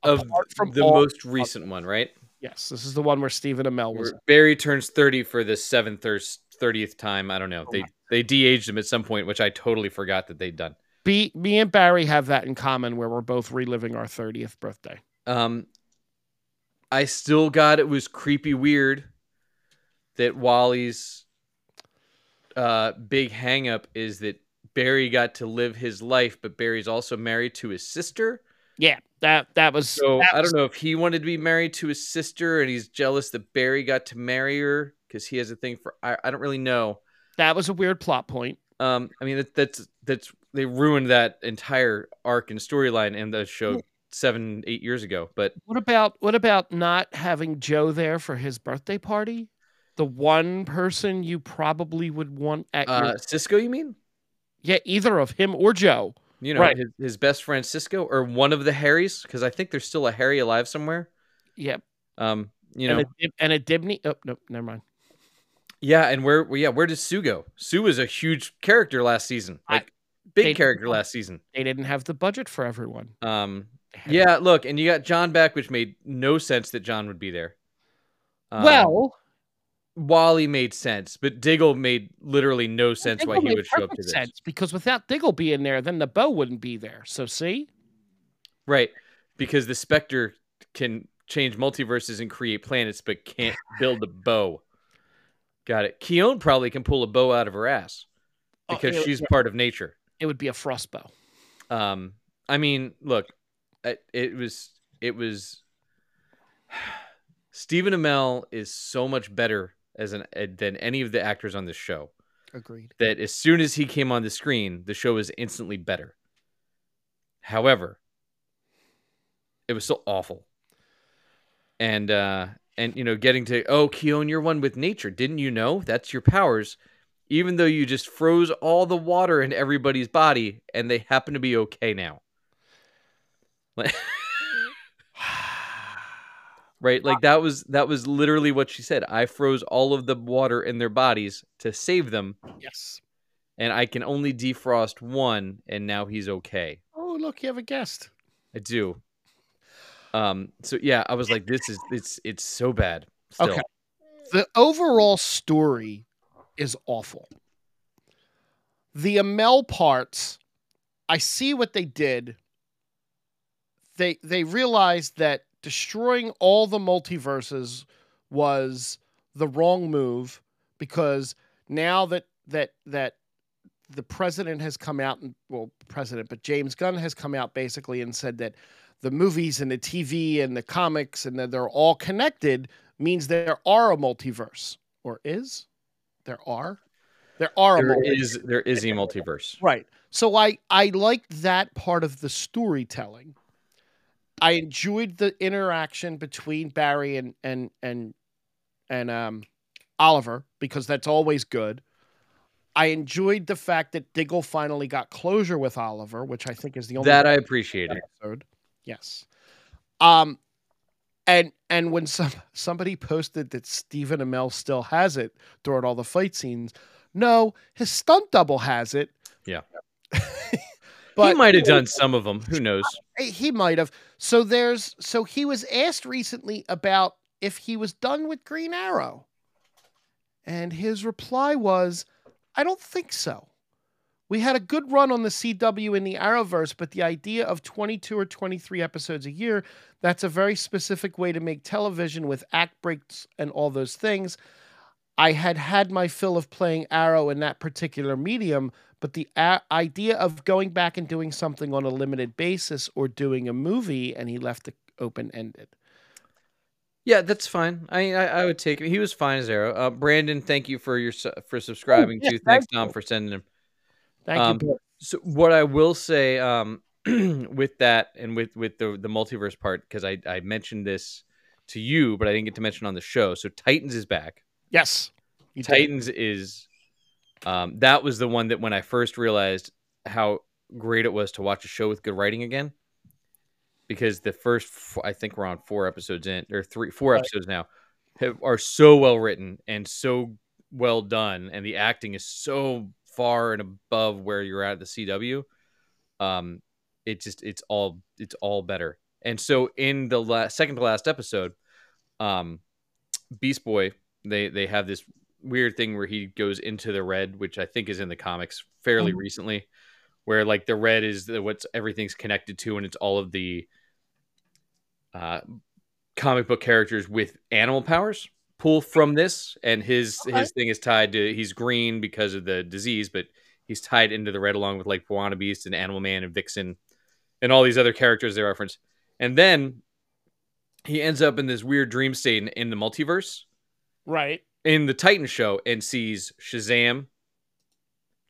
[SPEAKER 2] of
[SPEAKER 1] Apart from
[SPEAKER 2] the
[SPEAKER 1] all-
[SPEAKER 2] most recent one, right?
[SPEAKER 1] Yes, this is the one where Stephen Amell was.
[SPEAKER 2] Where Barry turns 30 for the seventh or s- 30th time. I don't
[SPEAKER 1] Oh
[SPEAKER 2] know. They they de-aged him at some point, which I totally forgot that they'd done.
[SPEAKER 1] Be, me and Barry have that in common where we're both reliving our 30th birthday.
[SPEAKER 2] Um, I still got it was creepy weird that Wally's uh, big hang up is that Barry got to live his life, but Barry's also married to his sister.
[SPEAKER 1] Yeah, that that was.
[SPEAKER 2] So
[SPEAKER 1] that
[SPEAKER 2] I
[SPEAKER 1] was-
[SPEAKER 2] don't know if he wanted to be married to his sister and he's jealous that Barry got to marry her because he has a thing for I, I don't really know.
[SPEAKER 1] That was a weird plot point.
[SPEAKER 2] Um, I mean that, that's that's they ruined that entire arc and storyline in the show seven eight years ago. But
[SPEAKER 1] What about what about not having Joe there for his birthday party? The one person you probably would want at
[SPEAKER 2] uh,
[SPEAKER 1] your,
[SPEAKER 2] Cisco, you mean?
[SPEAKER 1] yeah either of him or Joe.
[SPEAKER 2] you know,
[SPEAKER 1] Right.
[SPEAKER 2] his, his best friend Cisco or one of the Harrys, because I think there's still a Harry alive somewhere.
[SPEAKER 1] Yeah,
[SPEAKER 2] Um, you know,
[SPEAKER 1] and, a, Dib- and a Dibney. Oh no, never mind.
[SPEAKER 2] yeah, and where, well, yeah, where does Sue go? Sue was a huge character last season,
[SPEAKER 1] I-
[SPEAKER 2] like big
[SPEAKER 1] they-
[SPEAKER 2] character last season.
[SPEAKER 1] They didn't have the budget for everyone.
[SPEAKER 2] Um, yeah, look, and you got John back, which made no sense that John would be there. Um,
[SPEAKER 1] well,
[SPEAKER 2] Wally made sense, but Diggle made literally no sense why
[SPEAKER 1] Diggle
[SPEAKER 2] he
[SPEAKER 1] made
[SPEAKER 2] would show up to
[SPEAKER 1] perfect
[SPEAKER 2] this.
[SPEAKER 1] sense, because without Diggle being there, then the bow wouldn't be there. So see,
[SPEAKER 2] Right, because the Spectre can change multiverses and create planets, but can't build a bow. Got it. Keone probably can pull a bow out of her ass
[SPEAKER 1] Oh,
[SPEAKER 2] because
[SPEAKER 1] it-
[SPEAKER 2] she's part of nature.
[SPEAKER 1] it would be a frost bow.
[SPEAKER 2] Um, I mean, look, I- it was it was Stephen Amell is so much better as an than any of the actors on this show.
[SPEAKER 1] Agreed.
[SPEAKER 2] that as soon as he came on the screen, the show was instantly better. However, it was still awful. And uh and you know, getting to oh Keon, you're one with nature. Didn't you know? That's your powers. Even though you just froze all the water in everybody's body and they happen to be okay now. Like- right? Like that was that was literally what she said. I froze all of the water in their bodies to save them
[SPEAKER 1] Yes.
[SPEAKER 2] and I can only defrost one, and now he's okay.
[SPEAKER 1] Oh, look, you have a guest.
[SPEAKER 2] I do. Um. So yeah, I was like, this is it's it's so bad. Still.
[SPEAKER 1] Okay. The overall story is awful. The Amel parts, I see what they did. They they realized that destroying all the multiverses was the wrong move because now that that that the president has come out and well president but James Gunn has come out basically and said that the movies and the TV and the comics and that they're all connected means there are a multiverse or is there are there are a
[SPEAKER 2] There
[SPEAKER 1] multiverse.
[SPEAKER 2] is there is a multiverse.
[SPEAKER 1] Right. So I I liked that part of the storytelling. I enjoyed the interaction between Barry and and and and um Oliver because that's always good. I enjoyed the fact that Diggle finally got closure with Oliver, which I think is the only
[SPEAKER 2] That I appreciated.
[SPEAKER 1] episode. Yes. Um and and when some somebody posted that Stephen Amell still has it during all the fight scenes, no, his stunt double has it.
[SPEAKER 2] Yeah.
[SPEAKER 1] but
[SPEAKER 2] he might have done some of them. Who knows?
[SPEAKER 1] he might have. So there's so he was asked recently about if he was done with Green Arrow. And his reply was, I don't think so. We had a good run on the CW in the Arrowverse, but the idea of 22 or 23 episodes a year, that's a very specific way to make television with act breaks and all those things. I had had my fill of playing Arrow in that particular medium, but the a- idea of going back and doing something on a limited basis or doing a movie, and he left it open ended.
[SPEAKER 2] Yeah, that's fine. I, I I would take it. He was fine as arrow. Uh, Brandon, thank you for your su- for subscribing
[SPEAKER 1] yes,
[SPEAKER 2] too.
[SPEAKER 1] Oh, thank
[SPEAKER 2] Thanks,
[SPEAKER 1] you.
[SPEAKER 2] Tom, for sending him.
[SPEAKER 1] Thank
[SPEAKER 2] Um,
[SPEAKER 1] you. Bill.
[SPEAKER 2] So what I will say um, with that and with with the the multiverse part because I I mentioned this to you, but I didn't get to mention on the show. So Titans is back.
[SPEAKER 1] Yes. You did.
[SPEAKER 2] Titans is um, that was the one that when I first realized how great it was to watch a show with good writing again, because the first f- I think we're on four episodes in or three four
[SPEAKER 1] Right.
[SPEAKER 2] episodes now have, are so well written and so well done, and the acting is so far and above where you're at at the CW. Um, it just it's all it's all better. And so in the la- second to last episode, um, Beast Boy they they have this weird thing where he goes into the red, which I think is in the comics fairly
[SPEAKER 1] Mhm.
[SPEAKER 2] recently, where like the red is the, what's everything's connected to, and it's all of the uh, comic book characters with animal powers pull from this, and his
[SPEAKER 1] Okay.
[SPEAKER 2] his thing is tied to he's green because of the disease, but he's tied into the red along with like Piranha Beast and Animal Man and Vixen and all these other characters they reference, and then. He ends up in this weird dream state in, in the multiverse,
[SPEAKER 1] Right.
[SPEAKER 2] in the Titan show and sees Shazam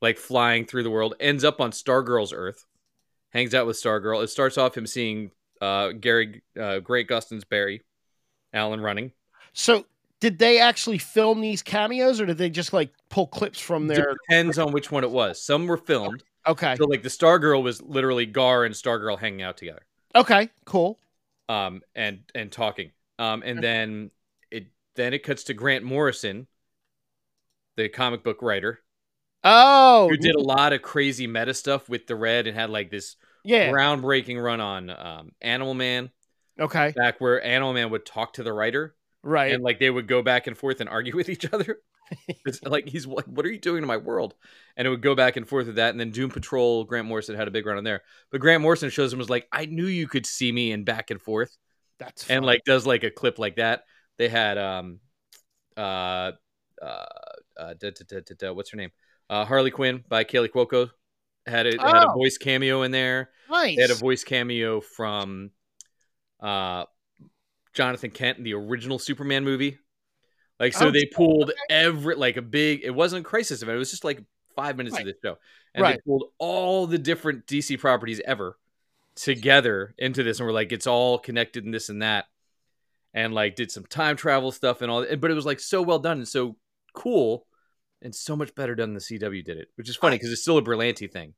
[SPEAKER 2] like flying through the world, ends up on Stargirl's Earth, hangs out with Stargirl. It starts off him seeing uh, Gary uh, Great Gustin's Barry, Alan running.
[SPEAKER 1] So did they actually film these cameos or did they just like pull clips from their
[SPEAKER 2] Depends on which one it was. Some were filmed.
[SPEAKER 1] Okay.
[SPEAKER 2] So like the Stargirl was literally Gar and Stargirl hanging out together.
[SPEAKER 1] Okay, cool.
[SPEAKER 2] um, and and talking. Um, and
[SPEAKER 1] Okay.
[SPEAKER 2] then it then it cuts to Grant Morrison, the comic book writer,
[SPEAKER 1] Oh
[SPEAKER 2] who did a lot of crazy meta stuff with the red and had like this
[SPEAKER 1] yeah.
[SPEAKER 2] groundbreaking run on um, Animal Man,
[SPEAKER 1] Okay.
[SPEAKER 2] back where Animal Man would talk to the writer
[SPEAKER 1] Right.
[SPEAKER 2] and like they would go back and forth and argue with each other. It's like he's like, "What are you doing to my world?" And it would go back and forth with that. And then Doom Patrol, Grant Morrison had a big run on there, but Grant Morrison shows him was like, "I knew you could see me," and back and forth
[SPEAKER 1] That's
[SPEAKER 2] and
[SPEAKER 1] fun.
[SPEAKER 2] like does like a clip like that. They had um, uh, uh, uh da, da, da, da, da, what's her name? Uh, Harley Quinn by Kaylee Cuoco had a had a
[SPEAKER 1] Oh.
[SPEAKER 2] voice cameo in there.
[SPEAKER 1] nice.
[SPEAKER 2] They had a voice cameo from uh Jonathan Kent in the original Superman movie. Like so,
[SPEAKER 1] Oh,
[SPEAKER 2] they pulled every like a big. It wasn't Crisis event. It was just like five minutes
[SPEAKER 1] Right.
[SPEAKER 2] of the show, and they
[SPEAKER 1] Right.
[SPEAKER 2] pulled all the different DC properties ever together into this, and we're like, it's all connected and this and that, and like did some time travel stuff and all. that. But it was like so well done and so cool, and so much better done than CW did it, which is funny because it's still a Berlanti thing.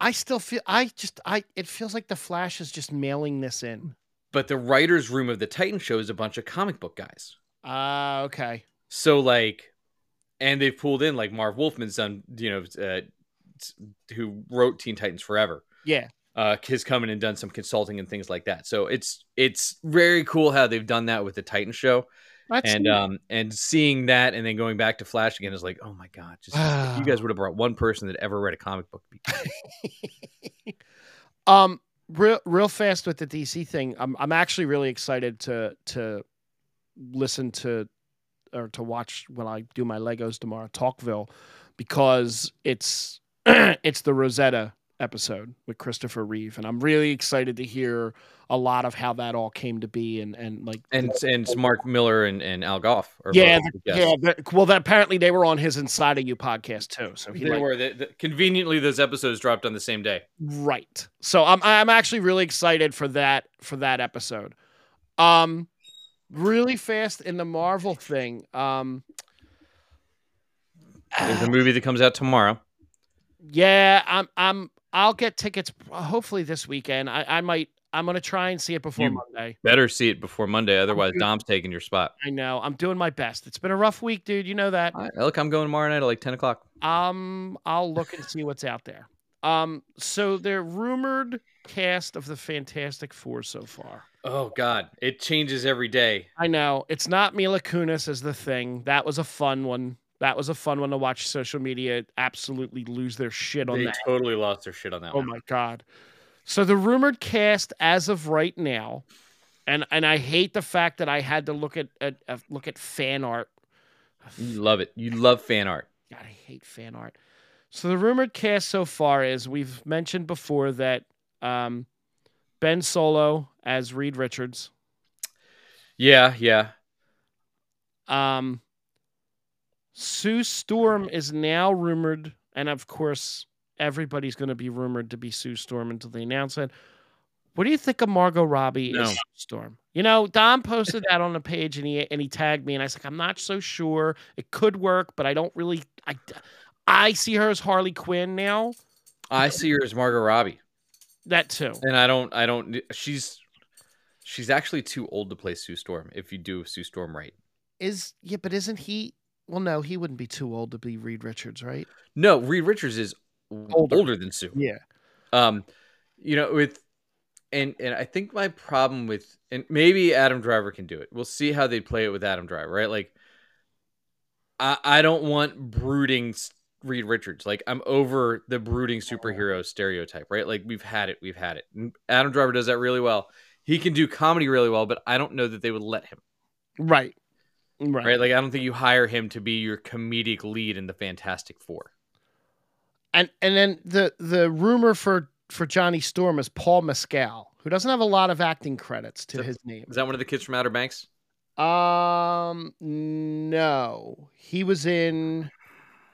[SPEAKER 1] I still feel I just I it feels like the Flash is just mailing this in.
[SPEAKER 2] But the writers' room of the Titan show is a bunch of comic book guys.
[SPEAKER 1] Ah, okay.
[SPEAKER 2] So like, and they've pulled in like Marv Wolfman's done, you know, uh, who wrote Teen Titans Forever
[SPEAKER 1] Yeah.
[SPEAKER 2] uh, has come in and done some consulting and things like that. So it's it's very cool how they've done that with the Titan show,
[SPEAKER 1] That's
[SPEAKER 2] and um and seeing that and then going back to Flash again is like, oh my god, just if you guys would have brought one person that ever read a comic book.
[SPEAKER 1] Um, real real fast with the DC thing. I'm I'm actually really excited to to listen to or to watch when I do my Legos tomorrow, Talkville, because it's it's the Rosetta episode with Christopher Reeve, and I'm really excited to hear a lot of how that all came to be and and like
[SPEAKER 2] And and it's Mark Miller and, and Al Goff. Or
[SPEAKER 1] Yeah,
[SPEAKER 2] both, yes.
[SPEAKER 1] yeah. but- well, that, apparently they were on his Inside of You podcast too, so he
[SPEAKER 2] They
[SPEAKER 1] like,
[SPEAKER 2] were the, the- conveniently those episodes dropped on the same day.
[SPEAKER 1] Right. So I'm I'm actually really excited for that for that episode. Um really fast in the Marvel thing. Um
[SPEAKER 2] There's
[SPEAKER 1] Ah.
[SPEAKER 2] a movie that comes out tomorrow.
[SPEAKER 1] yeah, I'm I'm I'll get tickets uh, hopefully this weekend. I, I might I'm gonna try and see it before
[SPEAKER 2] You-
[SPEAKER 1] Monday.
[SPEAKER 2] Better see it before Monday, otherwise Dom's taking your spot.
[SPEAKER 1] I know. I'm doing my best. It's been a rough week, dude. You know that.
[SPEAKER 2] All right, look, I'm going tomorrow night at like ten o'clock.
[SPEAKER 1] Um, I'll look and see what's out there. Um, so the rumored cast of the Fantastic Four so far.
[SPEAKER 2] Oh God, it changes every day.
[SPEAKER 1] I know it's not Mila Kunis as the thing. That was a fun one. That was a fun one to watch. Social media absolutely lose their shit on
[SPEAKER 2] They
[SPEAKER 1] that.
[SPEAKER 2] totally lost their shit on that
[SPEAKER 1] Oh
[SPEAKER 2] one.
[SPEAKER 1] my god. So the rumored cast as of right now, and and I hate the fact that I had to look at, at, at look at fan art.
[SPEAKER 2] You love it. You love fan art.
[SPEAKER 1] God, I hate fan art. So the rumored cast so far is we've mentioned before that um, Ben Solo as Reed Richards,
[SPEAKER 2] Yeah, yeah.
[SPEAKER 1] Um, Sue Storm is now rumored, and of course, everybody's going to be rumored to be Sue Storm until they announce it. What do you think of Margot Robbie
[SPEAKER 2] No.
[SPEAKER 1] as Sue Storm? You know, Don posted that on the page, and he and he tagged me, and I was like, I'm not so sure. It could work, but I don't really. I I see her as Harley Quinn now.
[SPEAKER 2] I see her as Margot Robbie,
[SPEAKER 1] That too.
[SPEAKER 2] and I don't. I don't. She's she's actually too old to play Sue Storm. If you do Sue Storm right,
[SPEAKER 1] Is yeah, but isn't he? Well, no, he wouldn't be too old to be Reed Richards, right?
[SPEAKER 2] no. Reed Richards is older,
[SPEAKER 1] Older.
[SPEAKER 2] than Sue.
[SPEAKER 1] Yeah.
[SPEAKER 2] Um, you know with. And, and I think my problem with and maybe Adam Driver can do it. We'll see how they play it with Adam Driver, right? Like, I I don't want brooding s- Reed Richards. Like I'm over the brooding superhero stereotype, right? Like we've had it, we've had it. And Adam Driver does that really well. He can do comedy really well, but I don't know that they would let him,
[SPEAKER 1] Right. Right.
[SPEAKER 2] right? Like I don't think you hire him to be your comedic lead in the Fantastic Four.
[SPEAKER 1] and and then the the rumor for for Johnny Storm is Paul Mescal, who doesn't have a lot of acting credits to
[SPEAKER 2] Yep.
[SPEAKER 1] his name.
[SPEAKER 2] Is that one of the kids from Outer Banks?
[SPEAKER 1] Um, no, he was in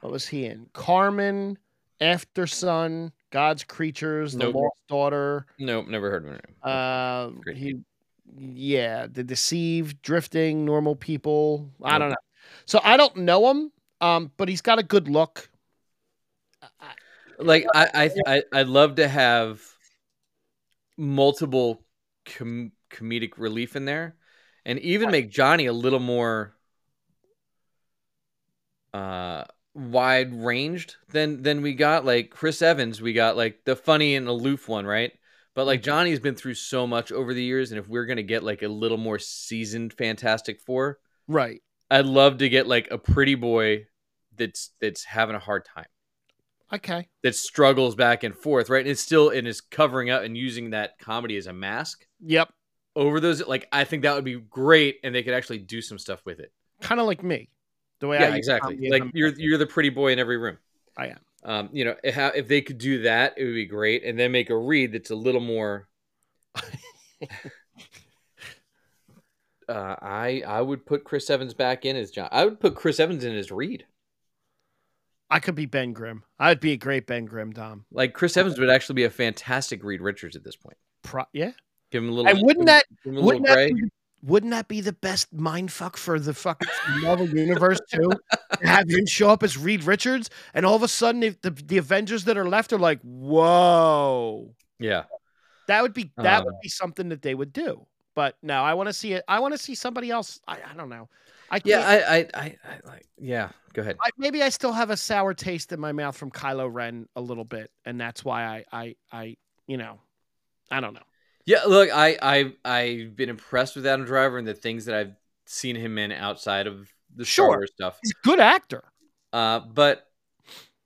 [SPEAKER 1] what was he in? Carmen, After Sun, God's Creatures, The
[SPEAKER 2] Nope.
[SPEAKER 1] Lost Daughter.
[SPEAKER 2] Nope, never heard of him.
[SPEAKER 1] Uh,
[SPEAKER 2] Great
[SPEAKER 1] he, yeah, The Deceived, Drifting, Normal People. I don't know. So I don't know him. Um, but he's got a good look. I-
[SPEAKER 2] like I I I I'd love to have multiple com- comedic relief in there, and even make Johnny a little more uh wide ranged than than we got. Like Chris Evans, we got like the funny and aloof one, right? But like Johnny's been through so much over the years, and if we're gonna get like a little more seasoned Fantastic Four,
[SPEAKER 1] Right.
[SPEAKER 2] I'd love to get like a pretty boy that's that's having a hard time
[SPEAKER 1] Okay.
[SPEAKER 2] that struggles back and forth, right? And it's still and is covering up and using that comedy as a mask
[SPEAKER 1] Yep.
[SPEAKER 2] over those. Like I think that would be great, and they could actually do some stuff with it.
[SPEAKER 1] kind of like me. The way I
[SPEAKER 2] Yeah,
[SPEAKER 1] use
[SPEAKER 2] exactly.
[SPEAKER 1] comedy as
[SPEAKER 2] Like
[SPEAKER 1] a-
[SPEAKER 2] you're you're the pretty boy in every room.
[SPEAKER 1] I am.
[SPEAKER 2] Um, you know, if, how- if they could do that, it would be great, and then make a read that's a little more. Uh, I I would put Chris Evans back in as John. I would put Chris Evans in as Reed.
[SPEAKER 1] I could be Ben Grimm. I'd be a great Ben Grimm, Dom.
[SPEAKER 2] Like Chris Evans would actually be a fantastic Reed Richards at this point.
[SPEAKER 1] Pro- yeah.
[SPEAKER 2] Give him a little.
[SPEAKER 1] And
[SPEAKER 2] give him-
[SPEAKER 1] wouldn't that
[SPEAKER 2] give him a little
[SPEAKER 1] wouldn't that,
[SPEAKER 2] gray.
[SPEAKER 1] be, wouldn't that be the best mind fuck for the fucking Marvel universe too? To have him show up as Reed Richards, and all of a sudden if the the Avengers that are left are like, whoa,
[SPEAKER 2] Yeah.
[SPEAKER 1] that would be that
[SPEAKER 2] Uh.
[SPEAKER 1] would be something that they would do. But no, I want to see it. I want to see somebody else. I, I don't know. I
[SPEAKER 2] Yeah,
[SPEAKER 1] can't-
[SPEAKER 2] I, I, I, I like. Yeah, go ahead.
[SPEAKER 1] I, maybe I still have a sour taste in my mouth from Kylo Ren a little bit, and that's why I, I, I, you know, I don't know.
[SPEAKER 2] Yeah, look, I, I, I've been impressed with Adam Driver and the things that I've seen him in outside of the Star
[SPEAKER 1] Sure.
[SPEAKER 2] Wars stuff.
[SPEAKER 1] He's a good actor.
[SPEAKER 2] Uh, but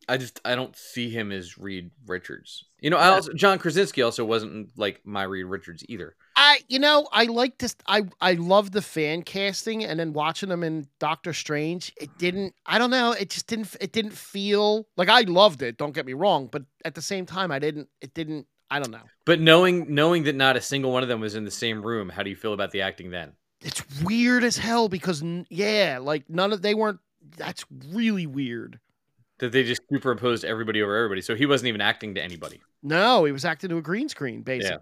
[SPEAKER 2] I just I don't see him as Reed Richards. You know, I
[SPEAKER 1] Yeah.
[SPEAKER 2] also John Krasinski also wasn't like my Reed Richards either.
[SPEAKER 1] I, you know, I like this. I, I love the fan casting, and then watching them in Doctor Strange, it didn't. I don't know. It just didn't. It didn't feel like I loved it. Don't get me wrong, but at the same time, I didn't. It didn't. I don't know.
[SPEAKER 2] But knowing knowing that not a single one of them was in the same room, how do you feel about the acting then?
[SPEAKER 1] It's weird as hell because n- yeah, like none of they weren't. That's really weird.
[SPEAKER 2] That they just superimposed everybody over everybody, so he wasn't even acting to anybody.
[SPEAKER 1] No, he was acting to a green screen, basically.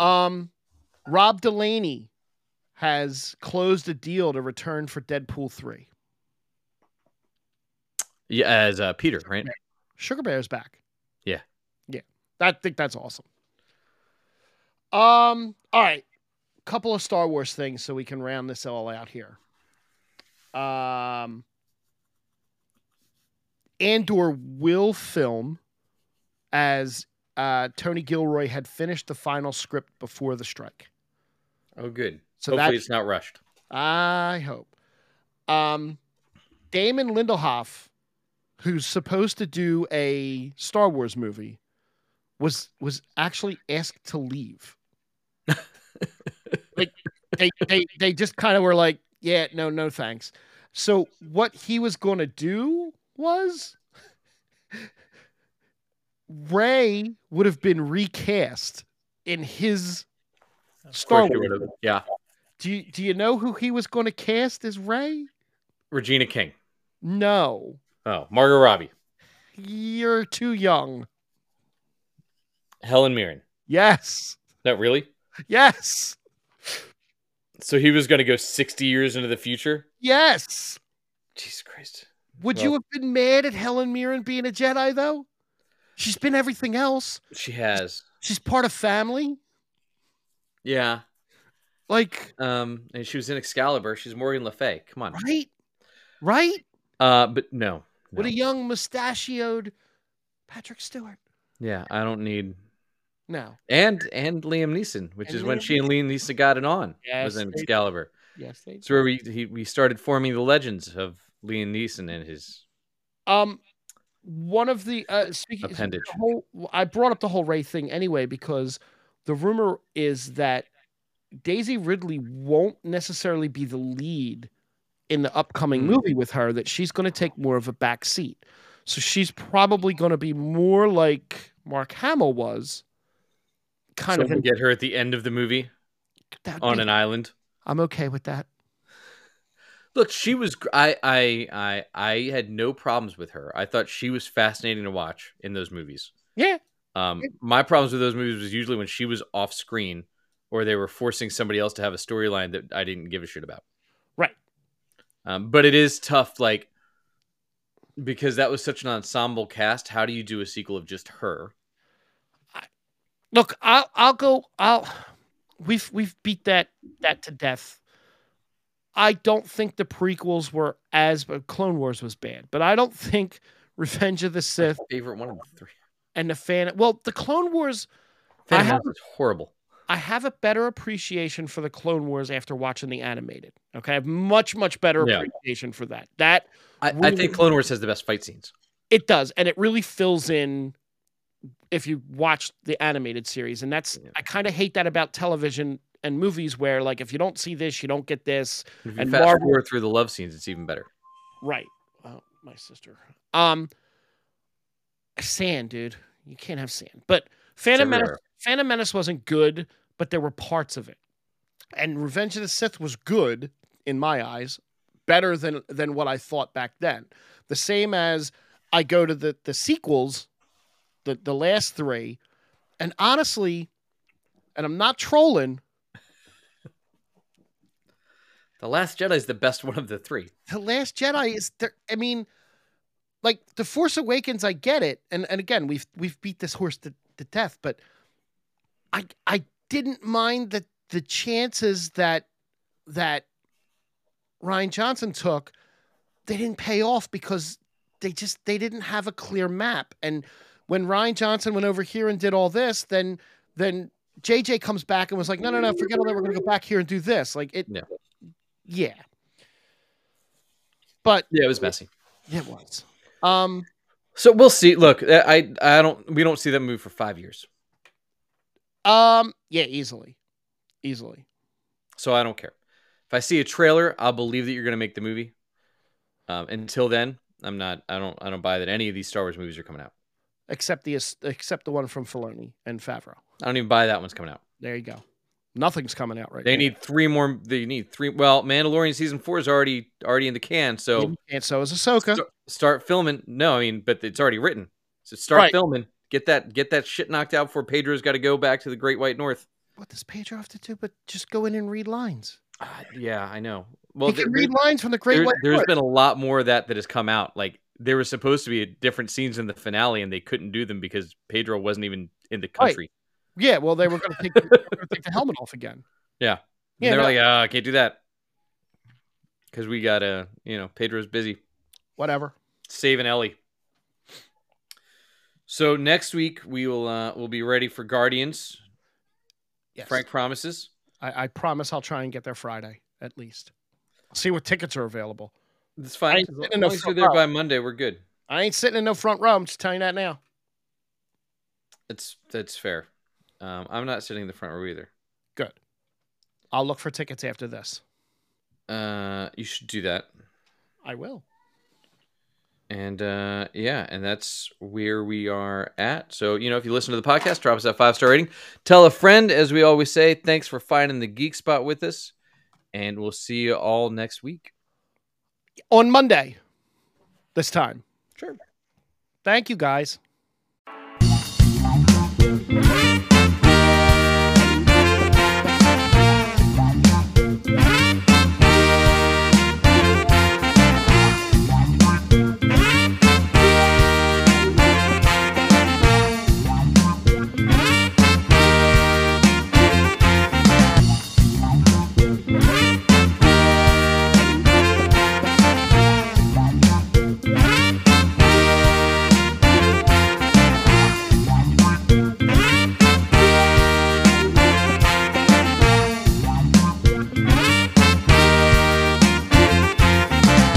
[SPEAKER 1] Um, Rob Delaney has closed a deal to return for Deadpool three.
[SPEAKER 2] Yeah, as uh, Peter, right?
[SPEAKER 1] Sugar Bear's back.
[SPEAKER 2] Yeah.
[SPEAKER 1] Yeah. That, I think that's awesome. Um, all right. Couple of Star Wars things so we can round this all out here. Um Andor will film as uh, Tony Gilroy had finished the final script before the strike.
[SPEAKER 2] Oh, good.
[SPEAKER 1] So
[SPEAKER 2] Hopefully,
[SPEAKER 1] that's-
[SPEAKER 2] it's not rushed.
[SPEAKER 1] I hope. Um, Damon Lindelhoff, who's supposed to do a Star Wars movie, was was actually asked to leave. like they they they just kind of were like, yeah, no, no, thanks. So what he was going to do was. Ray would have been recast in his
[SPEAKER 2] Of course
[SPEAKER 1] Star
[SPEAKER 2] he
[SPEAKER 1] Wars.
[SPEAKER 2] would've- Yeah,
[SPEAKER 1] Do you, do you know who he was going to cast as Ray?
[SPEAKER 2] Regina King.
[SPEAKER 1] No,
[SPEAKER 2] Oh, Margot Robbie,
[SPEAKER 1] you're too young.
[SPEAKER 2] Helen Mirren.
[SPEAKER 1] Yes,
[SPEAKER 2] No, really.
[SPEAKER 1] yes,
[SPEAKER 2] So he was going to go sixty years into the future.
[SPEAKER 1] yes.
[SPEAKER 2] Jesus Christ.
[SPEAKER 1] Would you have been mad at Helen Mirren being a Jedi though? She's been everything else.
[SPEAKER 2] She has.
[SPEAKER 1] She's part of family.
[SPEAKER 2] Yeah.
[SPEAKER 1] Like,
[SPEAKER 2] Um, and she was in Excalibur. She's Morgan Le Fay. Come on.
[SPEAKER 1] right, right.
[SPEAKER 2] Uh, but no.
[SPEAKER 1] With
[SPEAKER 2] no.
[SPEAKER 1] a young mustachioed Patrick Stewart.
[SPEAKER 2] yeah, I don't need.
[SPEAKER 1] No.
[SPEAKER 2] And and Liam Neeson, which
[SPEAKER 1] And
[SPEAKER 2] is when
[SPEAKER 1] Liam
[SPEAKER 2] she and Liam Neeson got it on.
[SPEAKER 1] Yes,
[SPEAKER 2] was in
[SPEAKER 1] they did.
[SPEAKER 2] Excalibur.
[SPEAKER 1] Yes, they.
[SPEAKER 2] It's where we he, we started forming the legends of Liam Neeson and his
[SPEAKER 1] Um, one of the uh, speaking
[SPEAKER 2] appendage.
[SPEAKER 1] the whole I brought up the whole Ray thing anyway because the rumor is that Daisy Ridley won't necessarily be the lead in the upcoming
[SPEAKER 2] Hmm.
[SPEAKER 1] movie with her that she's going to take more of a back seat. So she's probably going to be more like Mark Hamill was kind
[SPEAKER 2] Someone
[SPEAKER 1] of
[SPEAKER 2] get her at the end of the movie
[SPEAKER 1] that
[SPEAKER 2] on an island.
[SPEAKER 1] I'm okay with that.
[SPEAKER 2] Look, she was. gr- I I I I had no problems with her. I thought she was fascinating to watch in those movies.
[SPEAKER 1] Yeah.
[SPEAKER 2] Um, my problems with those movies was usually when she was off screen, or they were forcing somebody else to have a storyline that I didn't give a shit about.
[SPEAKER 1] Right.
[SPEAKER 2] Um, but it is tough, like because that was such an ensemble cast. How do you do a sequel of just her?
[SPEAKER 1] Look, I'll I'll go. I'll we've we've beat that that to death. I don't think the prequels were as but Clone Wars was bad, but I don't think Revenge of the
[SPEAKER 2] My
[SPEAKER 1] Sith
[SPEAKER 2] favorite one of the three.
[SPEAKER 1] and the fan. Well, the Clone Wars,
[SPEAKER 2] Phantom
[SPEAKER 1] have-
[SPEAKER 2] Menace is horrible.
[SPEAKER 1] I have a better appreciation for the Clone Wars after watching the animated. Okay, I have much much better
[SPEAKER 2] Yeah.
[SPEAKER 1] appreciation for that. That
[SPEAKER 2] I, I
[SPEAKER 1] Really-
[SPEAKER 2] think Clone Wars has the best fight scenes.
[SPEAKER 1] It does, and it really fills in if you watch the animated series. And that's
[SPEAKER 2] Yeah.
[SPEAKER 1] I kind of hate that about television and movies where like if you don't see this, you don't get this.
[SPEAKER 2] If you
[SPEAKER 1] And
[SPEAKER 2] fast
[SPEAKER 1] Marvel-
[SPEAKER 2] forward through the love scenes, it's even better.
[SPEAKER 1] Right. Oh, my sister. Um sand, dude. You can't have sand. But Phantom Menace
[SPEAKER 2] everywhere.
[SPEAKER 1] Phantom Menace wasn't good, but there were parts of it. And Revenge of the Sith was good in my eyes, better than than what I thought back then. The same as I go to the the sequels, the the last three, and honestly, and I'm not trolling,
[SPEAKER 2] The Last Jedi is the best one of the three.
[SPEAKER 1] the last jedi is there i mean like the force awakens i get it and and again we've we've beat this horse to, to death but i i didn't mind the the chances that that Ryan Johnson took, they didn't pay off because they just they didn't have a clear map. And when Ryan Johnson went over here and did all this, then then JJ comes back and was like, no, no, no, forget all that. We're gonna go back here and do this. Like it,
[SPEAKER 2] Yeah.
[SPEAKER 1] yeah. But
[SPEAKER 2] Yeah, it was messy.
[SPEAKER 1] it was. Um,
[SPEAKER 2] So we'll see. Look, I I I don't we don't see that move for five years.
[SPEAKER 1] um, yeah, easily, easily.
[SPEAKER 2] So I don't care. If I see a trailer, I'll believe that you're going to make the movie. Um, until then, I'm not. I don't. I don't buy that any of these Star Wars movies are coming out.
[SPEAKER 1] Except the except the one from Filoni and Favreau.
[SPEAKER 2] I don't even buy that one's coming out.
[SPEAKER 1] There you go. Nothing's coming out right
[SPEAKER 2] They
[SPEAKER 1] now.
[SPEAKER 2] need three more. They need three. Well, Mandalorian season four is already already in the can. So
[SPEAKER 1] and so is Ahsoka.
[SPEAKER 2] st- start filming. No, I mean, but it's already written. So start
[SPEAKER 1] Right.
[SPEAKER 2] filming. Get that get that shit knocked out before Pedro's got to go back to the Great White North.
[SPEAKER 1] what does Pedro have to do? But just go in and read lines.
[SPEAKER 2] Ah, yeah, I know. Well,
[SPEAKER 1] he can
[SPEAKER 2] there-
[SPEAKER 1] read lines from the Great
[SPEAKER 2] there,
[SPEAKER 1] White
[SPEAKER 2] has
[SPEAKER 1] North.
[SPEAKER 2] been a lot more of that that has come out. Like there was supposed to be different scenes in the finale, and they couldn't do them because Pedro wasn't even in the
[SPEAKER 1] Right.
[SPEAKER 2] country.
[SPEAKER 1] Yeah, well, they were going to take, they were gonna take the helmet off again. Yeah,
[SPEAKER 2] and they're
[SPEAKER 1] no.
[SPEAKER 2] like, "Ah, I can't do that because we got to, you know, Pedro's busy
[SPEAKER 1] Whatever.
[SPEAKER 2] saving Ellie." So next week we will uh, we'll be ready for Guardians.
[SPEAKER 1] Yes.
[SPEAKER 2] Frank promises.
[SPEAKER 1] I, I promise I'll try and get there Friday at least. see what tickets are available.
[SPEAKER 2] It's
[SPEAKER 1] I
[SPEAKER 2] fine.
[SPEAKER 1] ain't
[SPEAKER 2] As
[SPEAKER 1] sitting in
[SPEAKER 2] long
[SPEAKER 1] the
[SPEAKER 2] as you're
[SPEAKER 1] front
[SPEAKER 2] there
[SPEAKER 1] row.
[SPEAKER 2] by Monday, we're good.
[SPEAKER 1] I ain't sitting in no front row. I'm just telling you that now.
[SPEAKER 2] That's that's fair. Um, I'm not sitting in the front row either.
[SPEAKER 1] I'll look for tickets after this.
[SPEAKER 2] Uh, you should do that.
[SPEAKER 1] I will.
[SPEAKER 2] And uh, yeah, and that's where we are at. So, you know, if you listen to the podcast, drop us that five star rating. Tell a friend, as we always say. Thanks for finding the geek spot with us. And we'll see you all next week.
[SPEAKER 1] On Monday, this time.
[SPEAKER 2] Sure.
[SPEAKER 1] Thank you, guys.
[SPEAKER 3] Thank